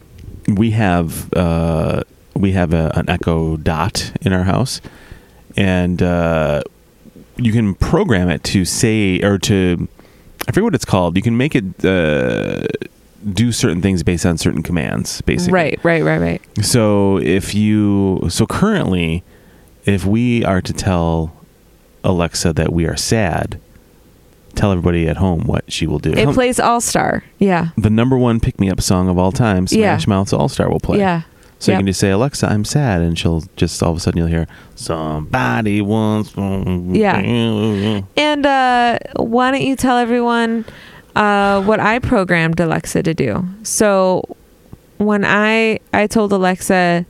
B: we have uh, we have a, an Echo Dot in our house, and uh, you can program it to say or to I forget what it's called. You can make it uh, do certain things based on certain commands, basically.
A: Right, right, right, right.
B: So if you so currently, if we are to tell Alexa that we are sad, tell everybody at home what she will do.
A: It plays All Star. Yeah.
B: the number one pick me up song of all time,
A: Yeah.
B: Smash Mouth's All Star will play.
A: Yeah.
B: So
A: Yep.
B: you can just say Alexa, I'm sad, and she'll just all of a sudden you'll hear somebody wants. Yeah.
A: And uh, why don't you tell everyone uh, what I programmed Alexa to do? So when I I told Alexa,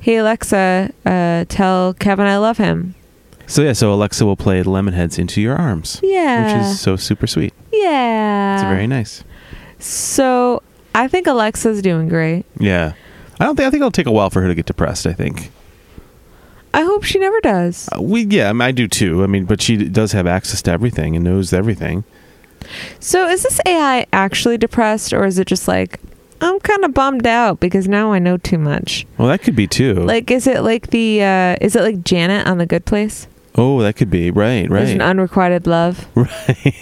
A: "Hey Alexa, uh, tell Kevin I love him."
B: So yeah, so Alexa will play Lemonheads into your arms,
A: Yeah. Uh,
B: which is so super sweet.
A: yeah.
B: It's very nice.
A: so I think Alexa's doing great.
B: Yeah. I don't think I think it'll take a while for her to get depressed. I think
A: I hope she never does.
B: Uh, we yeah I, mean, I do too. I mean, but she d- does have access to everything and knows everything.
A: So is this AI actually depressed or is it just like I'm kind of bummed out because now I know too much?
B: Well, that could be too.
A: Like is it like the uh is it like Janet on the good place?
B: oh, that could be right,
A: There's
B: right.
A: an unrequited love. Right.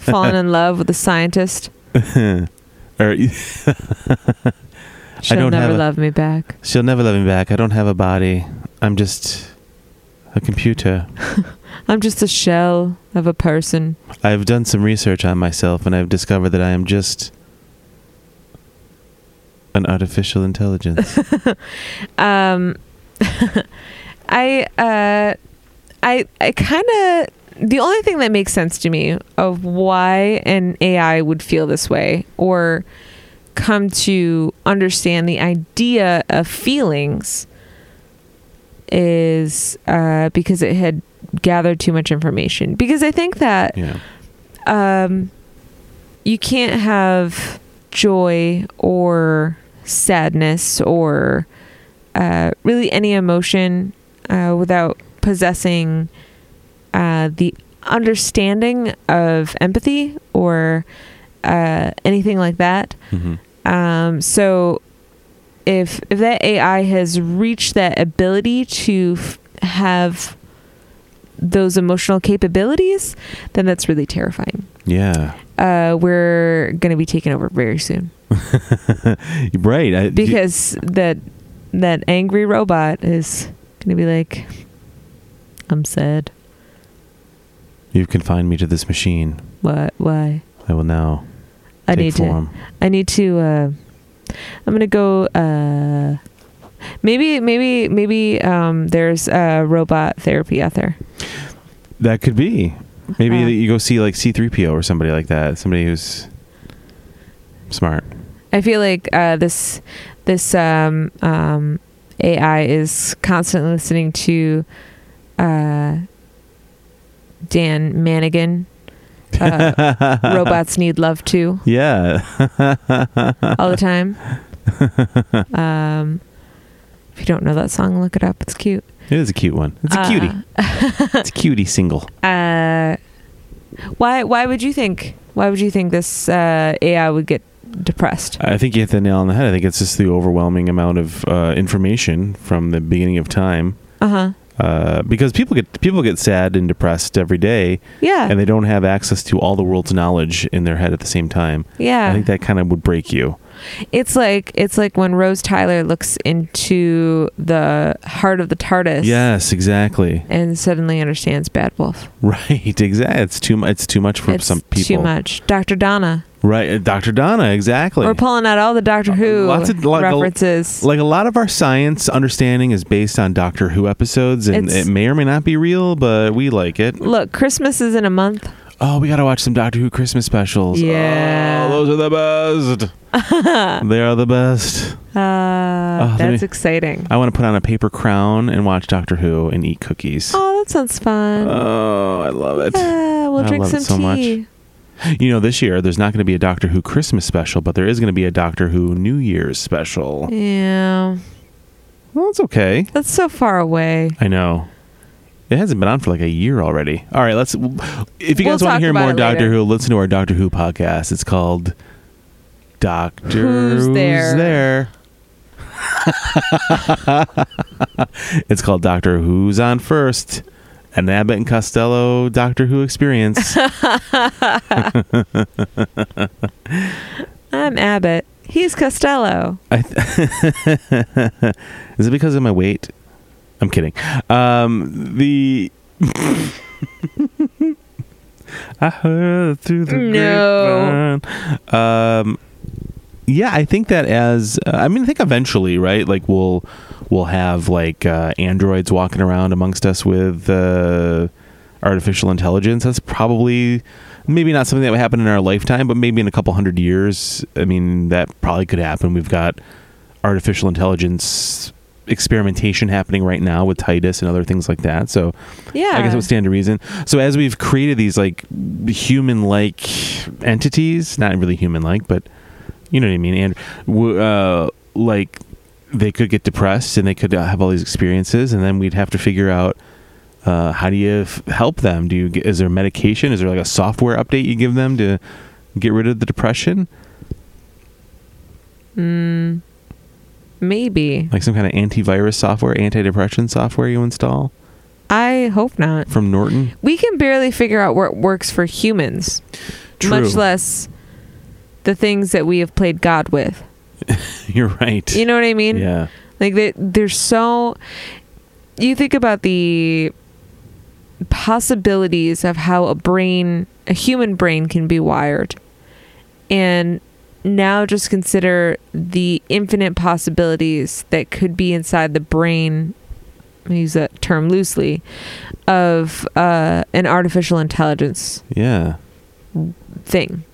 A: Falling in love with a scientist.
B: or
A: She'll
B: don't
A: never
B: have a-
A: love me back.
B: she'll never love me back. I don't have a body. I'm just a computer.
A: I'm just a shell of a person.
B: I've done some research on myself and I've discovered that I am just an artificial intelligence.
A: Um I uh I I kind of the only thing that makes sense to me of why an AI would feel this way or come to understand the idea of feelings is uh, because it had gathered too much information. Because I think that
B: yeah.
A: um, you can't have joy or sadness or uh, really any emotion uh, without possessing uh, the understanding of empathy or uh, anything like that.
B: Mm-hmm.
A: Um, so if if that AI has reached that ability to f- have those emotional capabilities, then that's really terrifying.
B: Yeah.
A: Uh, we're going to be taken over very soon
B: Right. I,
A: because that that angry robot is going to be like, "I'm sad.
B: you, have confined me to this machine.
A: What? Why?
B: I will now
A: I
B: take
A: need to."
B: form.
A: I need to. Uh, I'm gonna go. Uh, maybe, maybe, maybe um, there's uh, robot therapy out there.
B: That could be. Maybe
A: Uh.
B: that you go see like C3PO or somebody like that. Somebody who's smart.
A: I feel like uh, this this um, um, AI is constantly listening to uh, Dan Manigan. Uh, robots need love too
B: Yeah.
A: all the time. Um, if you don't know that song, look it up. It's cute.
B: It is a cute one. It's a
A: Uh,
B: cutie. It's a cutie single.
A: uh, why why would you think why would you think this uh, AI would get depressed?
B: I think you hit the nail on the head. I think it's just the overwhelming amount of uh, information from the beginning of time.
A: Uh huh.
B: Uh, because people get people get sad and depressed every day,
A: Yeah.
B: and they don't have access to all the world's knowledge in their head at the same time. I
A: yeah.
B: think that kind of would break you.
A: it's like it's like when Rose Tyler looks into the heart of the TARDIS
B: Yes, exactly.
A: and suddenly understands Bad Wolf.
B: Right, exactly. It's too much. It's too much for
A: it's
B: some people.
A: too much. Dr. Donna.
B: Right, uh, Dr. Donna. Exactly.
A: We're pulling out all the Doctor Who
B: Uh, lots of- like a-
A: references.
B: like a lot of our science understanding is based on Doctor Who episodes, and
A: It's-
B: it may or may not be real, but we like it.
A: Look, Christmas is in a month.
B: Oh, we gotta watch some Doctor Who Christmas specials.
A: Yeah.
B: Oh, those are the best. they are the best.
A: Uh,
B: Oh, let
A: that's
B: me-
A: exciting.
B: I want to put on a paper crown and watch Doctor Who and eat cookies.
A: Oh, that sounds fun.
B: Oh, I love it.
A: Yeah, we'll
B: I
A: drink
B: love
A: some
B: it so much.
A: tea.
B: You know, this year there's not going to be a Doctor Who Christmas special, but there is going to be a Doctor Who New Year's special.
A: Yeah,
B: Well, it's okay.
A: that's so far away.
B: I know. It hasn't been on for like a year already. All right, let's. If you
A: We'll
B: guys want
A: talk
B: to hear
A: about
B: more
A: it
B: Doctor
A: later.
B: Who, listen to our Doctor Who podcast. It's called Doctor
A: Who's There?
B: There? it's called Doctor Who's on First, an Abbott and Costello Doctor Who experience.
A: I'm Abbott. He's Costello.
B: I th- Is it because of my weight? I'm kidding. Um, the I heard through the
A: No.
B: grapevine. Um, yeah, I think that as uh, I mean, I think eventually, right? Like we'll we'll have like uh, androids walking around amongst us with uh, artificial intelligence. That's probably maybe not something that would happen in our lifetime, but maybe in a couple hundred years. I mean, that probably could happen. We've got artificial intelligence experimentation happening right now with Titus and other things like that. So
A: Yeah.
B: I guess it would stand to reason. So as we've created these like human like entities, not really human like, but you know what I mean, and w- uh, like they could get depressed and they could uh, have all these experiences, and then we'd have to figure out. Uh, how do you f- help them? Do you get, is there medication? Is there like a software update you give them to get rid of the depression?
A: Mm, maybe.
B: Like some kind of antivirus software, antidepressant software you install
A: I hope not.
B: from Norton?
A: We can barely figure out what works for humans, much less the things that we have played God with.
B: You're right.
A: You know what I mean?
B: yeah.
A: Like they, they're so. You think about the possibilities of how a brain, a human brain, can be wired, and now just consider the infinite possibilities that could be inside the brain. I use that term loosely of uh, an artificial intelligence
B: Yeah.
A: thing.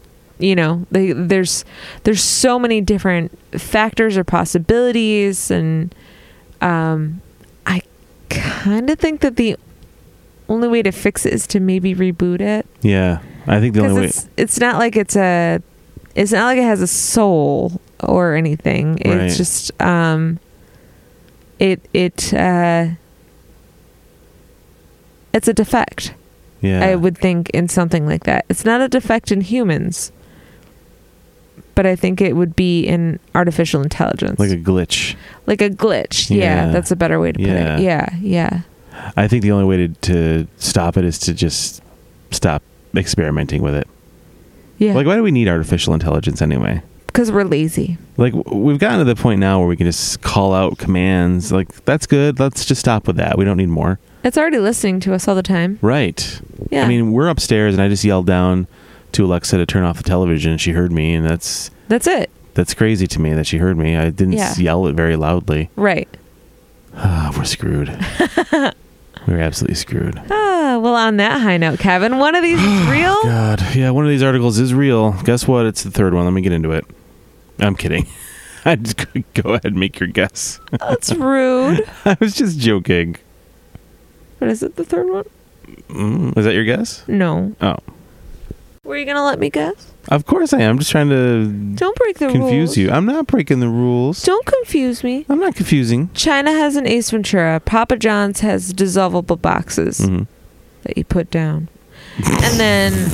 A: You know, they, there's there's so many different factors or possibilities, and um, I kind of think that the only way to fix it is to maybe reboot it
B: Yeah. I think the
A: because
B: only way.
A: it's it's not like it's a it's not like it has a soul or anything.
B: Right.
A: It's just um, it it uh, it's a defect.
B: Yeah.
A: I would think in something like that. It's not a defect in humans, but I think it would be in artificial intelligence,
B: like a glitch.
A: Like a glitch. Yeah,
B: Yeah.
A: that's a better way to put
B: Yeah.
A: it. Yeah, yeah,
B: I think the only way to, to stop it is to just stop experimenting with it.
A: yeah.
B: Like, why do we need artificial intelligence anyway?
A: because we're lazy.
B: Like, w- we've gotten to the point now where we can just call out commands. Like, that's good. Let's just stop with that. We don't need more.
A: It's already listening to us all the time.
B: Right.
A: Yeah,
B: I mean, we're upstairs, and I just yelled down to Alexa to turn off the television, and she heard me, and that's
A: that's it.
B: that's crazy to me that she heard me. I didn't
A: Yeah.
B: s yell it very loudly.
A: Right.
B: Ah, we're screwed. we're absolutely screwed. Oh,
A: Ah, well, on that high note, Kevin, one of these is real.
B: God, yeah, one of these articles is real. Guess what? It's the third one. Let me get into it. I'm kidding. I just go ahead and make your guess.
A: That's rude.
B: I was just joking.
A: What is it? The third one?
B: Mm, is that your guess?
A: No.
B: Oh,
A: Were you gonna let me guess?
B: of course I am. I'm just trying to
A: Don't break the rules.
B: confuse you. I'm not breaking the rules.
A: Don't confuse me.
B: I'm not confusing.
A: China has an Ace Ventura. Papa John's has dissolvable boxes
B: Mhm.
A: that you put down. and then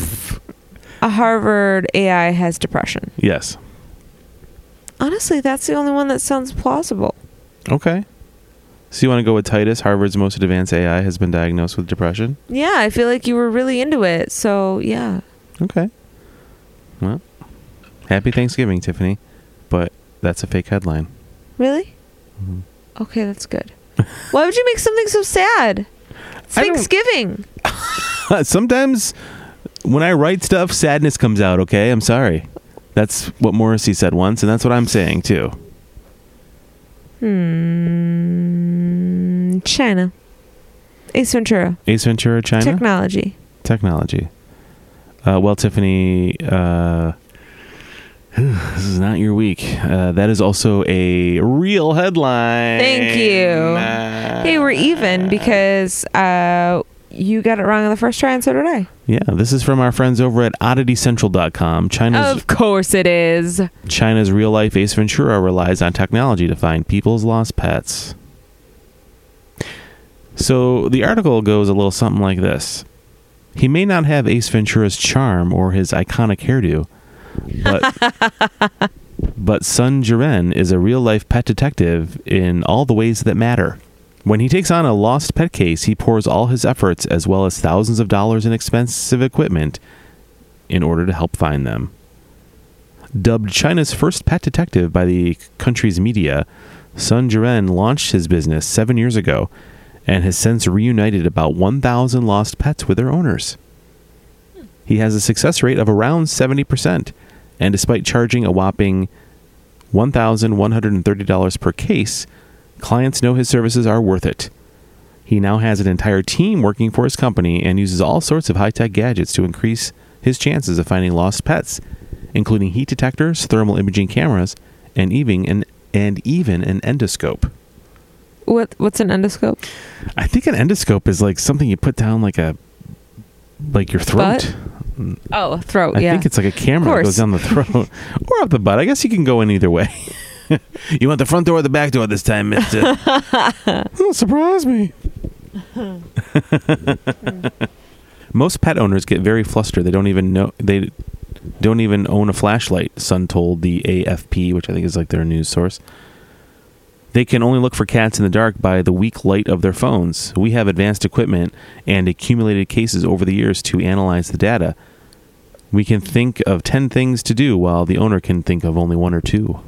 A: a Harvard AI has depression.
B: Yes.
A: Honestly, that's the only one that sounds plausible.
B: Okay. So you want to go with Titus? Harvard's most advanced AI has been diagnosed with depression.
A: Yeah, I feel like you were really into it. So, yeah.
B: Okay. Well, happy Thanksgiving, Tiffany. But that's a fake headline.
A: Really?
B: Mhm.
A: Okay, that's good. Why would you make something so sad? It's
B: I don't-
A: Thanksgiving.
B: Sometimes when I write stuff, sadness comes out, okay? I'm sorry. That's what Morrissey said once, and that's what I'm saying too.
A: Hmm. China. Ace Ventura.
B: Ace Ventura, China?
A: Technology.
B: Technology. Uh, well, Tiffany, uh, this is not your week. Uh, that is also a real headline. Ah.
A: Thank you. Hey, we're even because uh, you got it wrong on the first try, and so did I.
B: Yeah, this is from our friends over at odditycentral.com. China's
A: Of course it is.
B: China's real life Ace Ventura relies on technology to find people's lost pets. So the article goes a little something like this He may not have Ace Ventura's charm or his iconic hairdo, but. But Sun Jiren is a real life pet detective in all the ways that matter. When he takes on a lost pet case, he pours all his efforts as well as thousands of dollars in expensive equipment in order to help find them. Dubbed China's first pet detective by the country's media, Sun Jiren launched his business seven years ago and has since reunited about 1,000 lost pets with their owners. He has a success rate of around 70%, and despite charging a whopping $1,130 per case, clients know his services are worth it. He now has an entire team working for his company and uses all sorts of high tech gadgets to increase his chances of finding lost pets, including heat detectors, thermal imaging cameras, and even an, and even an endoscope.
A: What what's an endoscope?
B: I think an endoscope is like something you put down like a like your throat. Mm.
A: Butt? Oh, throat.
B: I
A: yeah.
B: think it's like a camera that
A: course.
B: goes down the throat or up the butt. I guess you can go in either way.
C: You want the front door or the back door this time, mister?
B: Don't surprise me. Most pet owners get very flustered. They don't even know they don't even own a flashlight. Sun told the AFP, which I think is like their news source. They can only look for cats in the dark by the weak light of their phones. We have advanced equipment and accumulated cases over the years to analyze the data. We can think of 10 things to do while the owner can think of only one or two.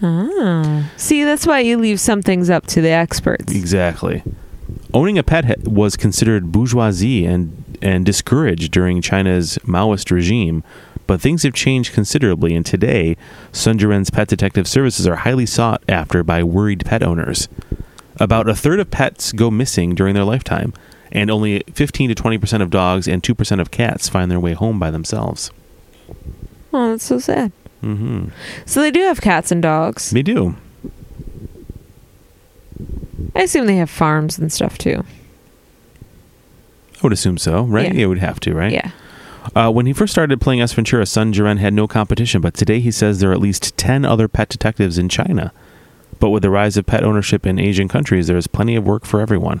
A: Ah. See, that's why you leave some things up to the experts.
B: Exactly. Owning a pet ha- was considered bourgeoisie and and discouraged during China's Maoist regime, but things have changed considerably, and today, Sundaren's pet detective services are highly sought after by worried pet owners. About a third of pets go missing during their lifetime, and only 15 to 20 percent of dogs and 2 percent of cats find their way home by themselves.
A: Oh, that's so sad.
B: Mm-hmm.
A: So they do have cats and dogs.
B: They do.
A: I assume they have farms and stuff too.
B: I would assume so, right?
A: Yeah.
B: It would have to, right?
A: Yeah.
B: Uh, when he first started playing S. Ventura, Sun Jiren had no competition, but today he says there are at least 10 other pet detectives in China. But with the rise of pet ownership in Asian countries, there is plenty of work for everyone.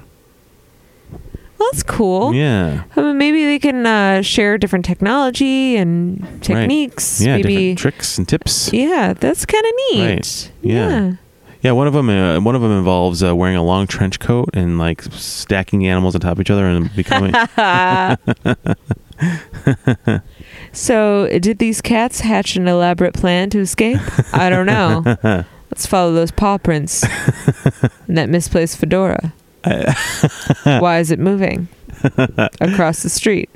A: Well, that's cool.
B: Yeah.
A: I mean, maybe they can uh, share different technology and techniques.
B: Yeah,
A: maybe.
B: different tricks and tips.
A: yeah, that's kind of neat.
B: Right. Yeah. Yeah, one of them uh, one of them involves uh, wearing a long trench coat and like stacking animals on top of each other and becoming
A: Yeah. so, did these cats hatch an elaborate plan to escape? I don't know. Let's follow those paw prints and that misplaced fedora.
B: uh,
A: Why is it moving across the street?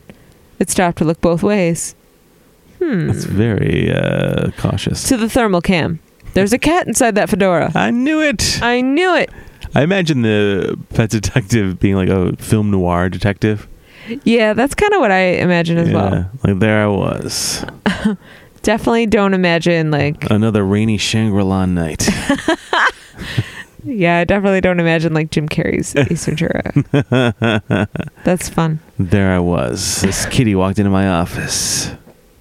A: It stopped to look both ways. Hmm.
B: It's very uh, cautious.
A: To the thermal cam. There's a cat inside that fedora.
B: I knew it.
A: I knew it.
B: I imagine the pet detective being like a film noir detective.
A: Yeah, that's kind of what I imagine as well.
B: Like there I was.
A: Definitely don't imagine like
B: Another rainy Shangri La night.
A: yeah, I definitely don't imagine like Jim Carrey's Ace Ventura. that's fun.
B: there I was. This kitty walked into my office,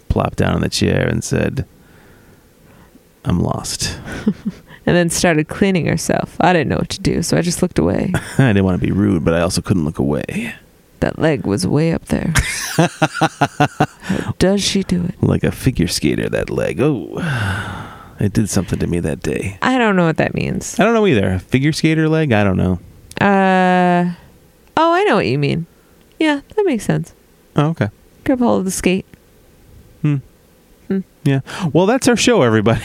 B: plopped down on the chair, and said, I'm lost.
A: And then started cleaning herself. I didn't know what to do, so I just looked away.
B: I didn't want to be rude, but I also couldn't look away.
A: That leg was way up there. How does she do it?
B: Like a figure skater, that leg. Oh, it did something to me that day.
A: I don't know what that means.
B: I don't know either. Figure skater leg? I don't know.
A: Uh Oh, I know what you mean. Yeah, that makes sense.
B: Oh, okay. Hmm.
A: Grab hold of the skate.
B: Yeah. Well, that's our show, everybody.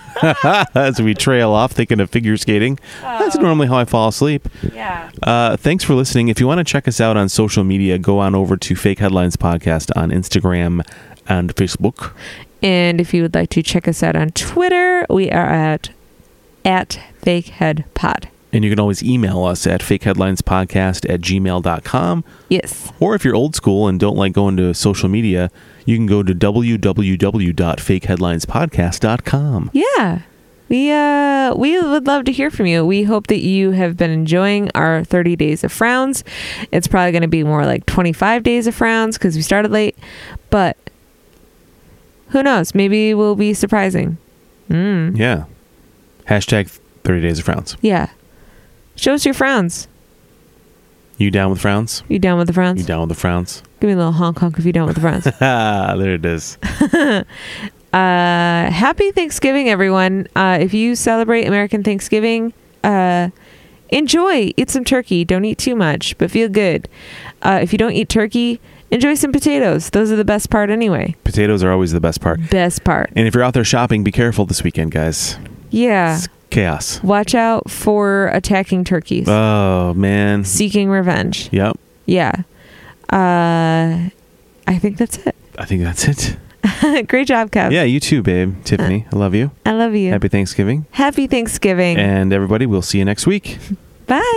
B: As we trail off thinking of figure skating, that's normally how I fall asleep.
A: Yeah.
B: Uh, thanks for listening. If you want to check us out on social media, go on over to Fake Headlines Podcast on Instagram and Facebook.
A: And if you would like to check us out on Twitter, we are at at fakehead pod.
B: And you can always email us at fakeheadlinespodcast at gmail.com.
A: Yes.
B: Or if you're old school and don't like going to social media, you can go to www.fakeheadlinespodcast.com.
A: Yeah. We uh we would love to hear from you. We hope that you have been enjoying our 30 days of frowns. It's probably going to be more like 25 days of frowns cuz we started late, but who knows? Maybe we'll be surprising. Mm.
B: Yeah. Hashtag 30 Days of Frowns.
A: Yeah. Show us your frowns.
B: You down with frowns?
A: You down with the
B: You
A: frowns?
B: down with the frowns?
A: Give me a little honk honk if you down with the frowns.
B: Ah, there it is.
A: uh, happy Thanksgiving, everyone. Uh, if you celebrate American Thanksgiving, uh, Enjoy, eat some turkey. Don't eat too much, but feel good. Uh, if you don't eat turkey, enjoy some potatoes. Those are the best part anyway.
B: Potatoes are always the best part.
A: Best part.
B: And if you're out there shopping, be careful this weekend, guys.
A: Yeah.
B: It's chaos.
A: Watch out for attacking turkeys,
B: Oh man.
A: seeking revenge.
B: Yep.
A: Yeah. Uh, I think that's it.
B: I think that's it.
A: Great job, Kev.
B: Yeah, you too, babe. Tiffany, I love you.
A: I love you.
B: Happy Thanksgiving.
A: Happy Thanksgiving.
B: And everybody, we'll see you next week.
A: Bye.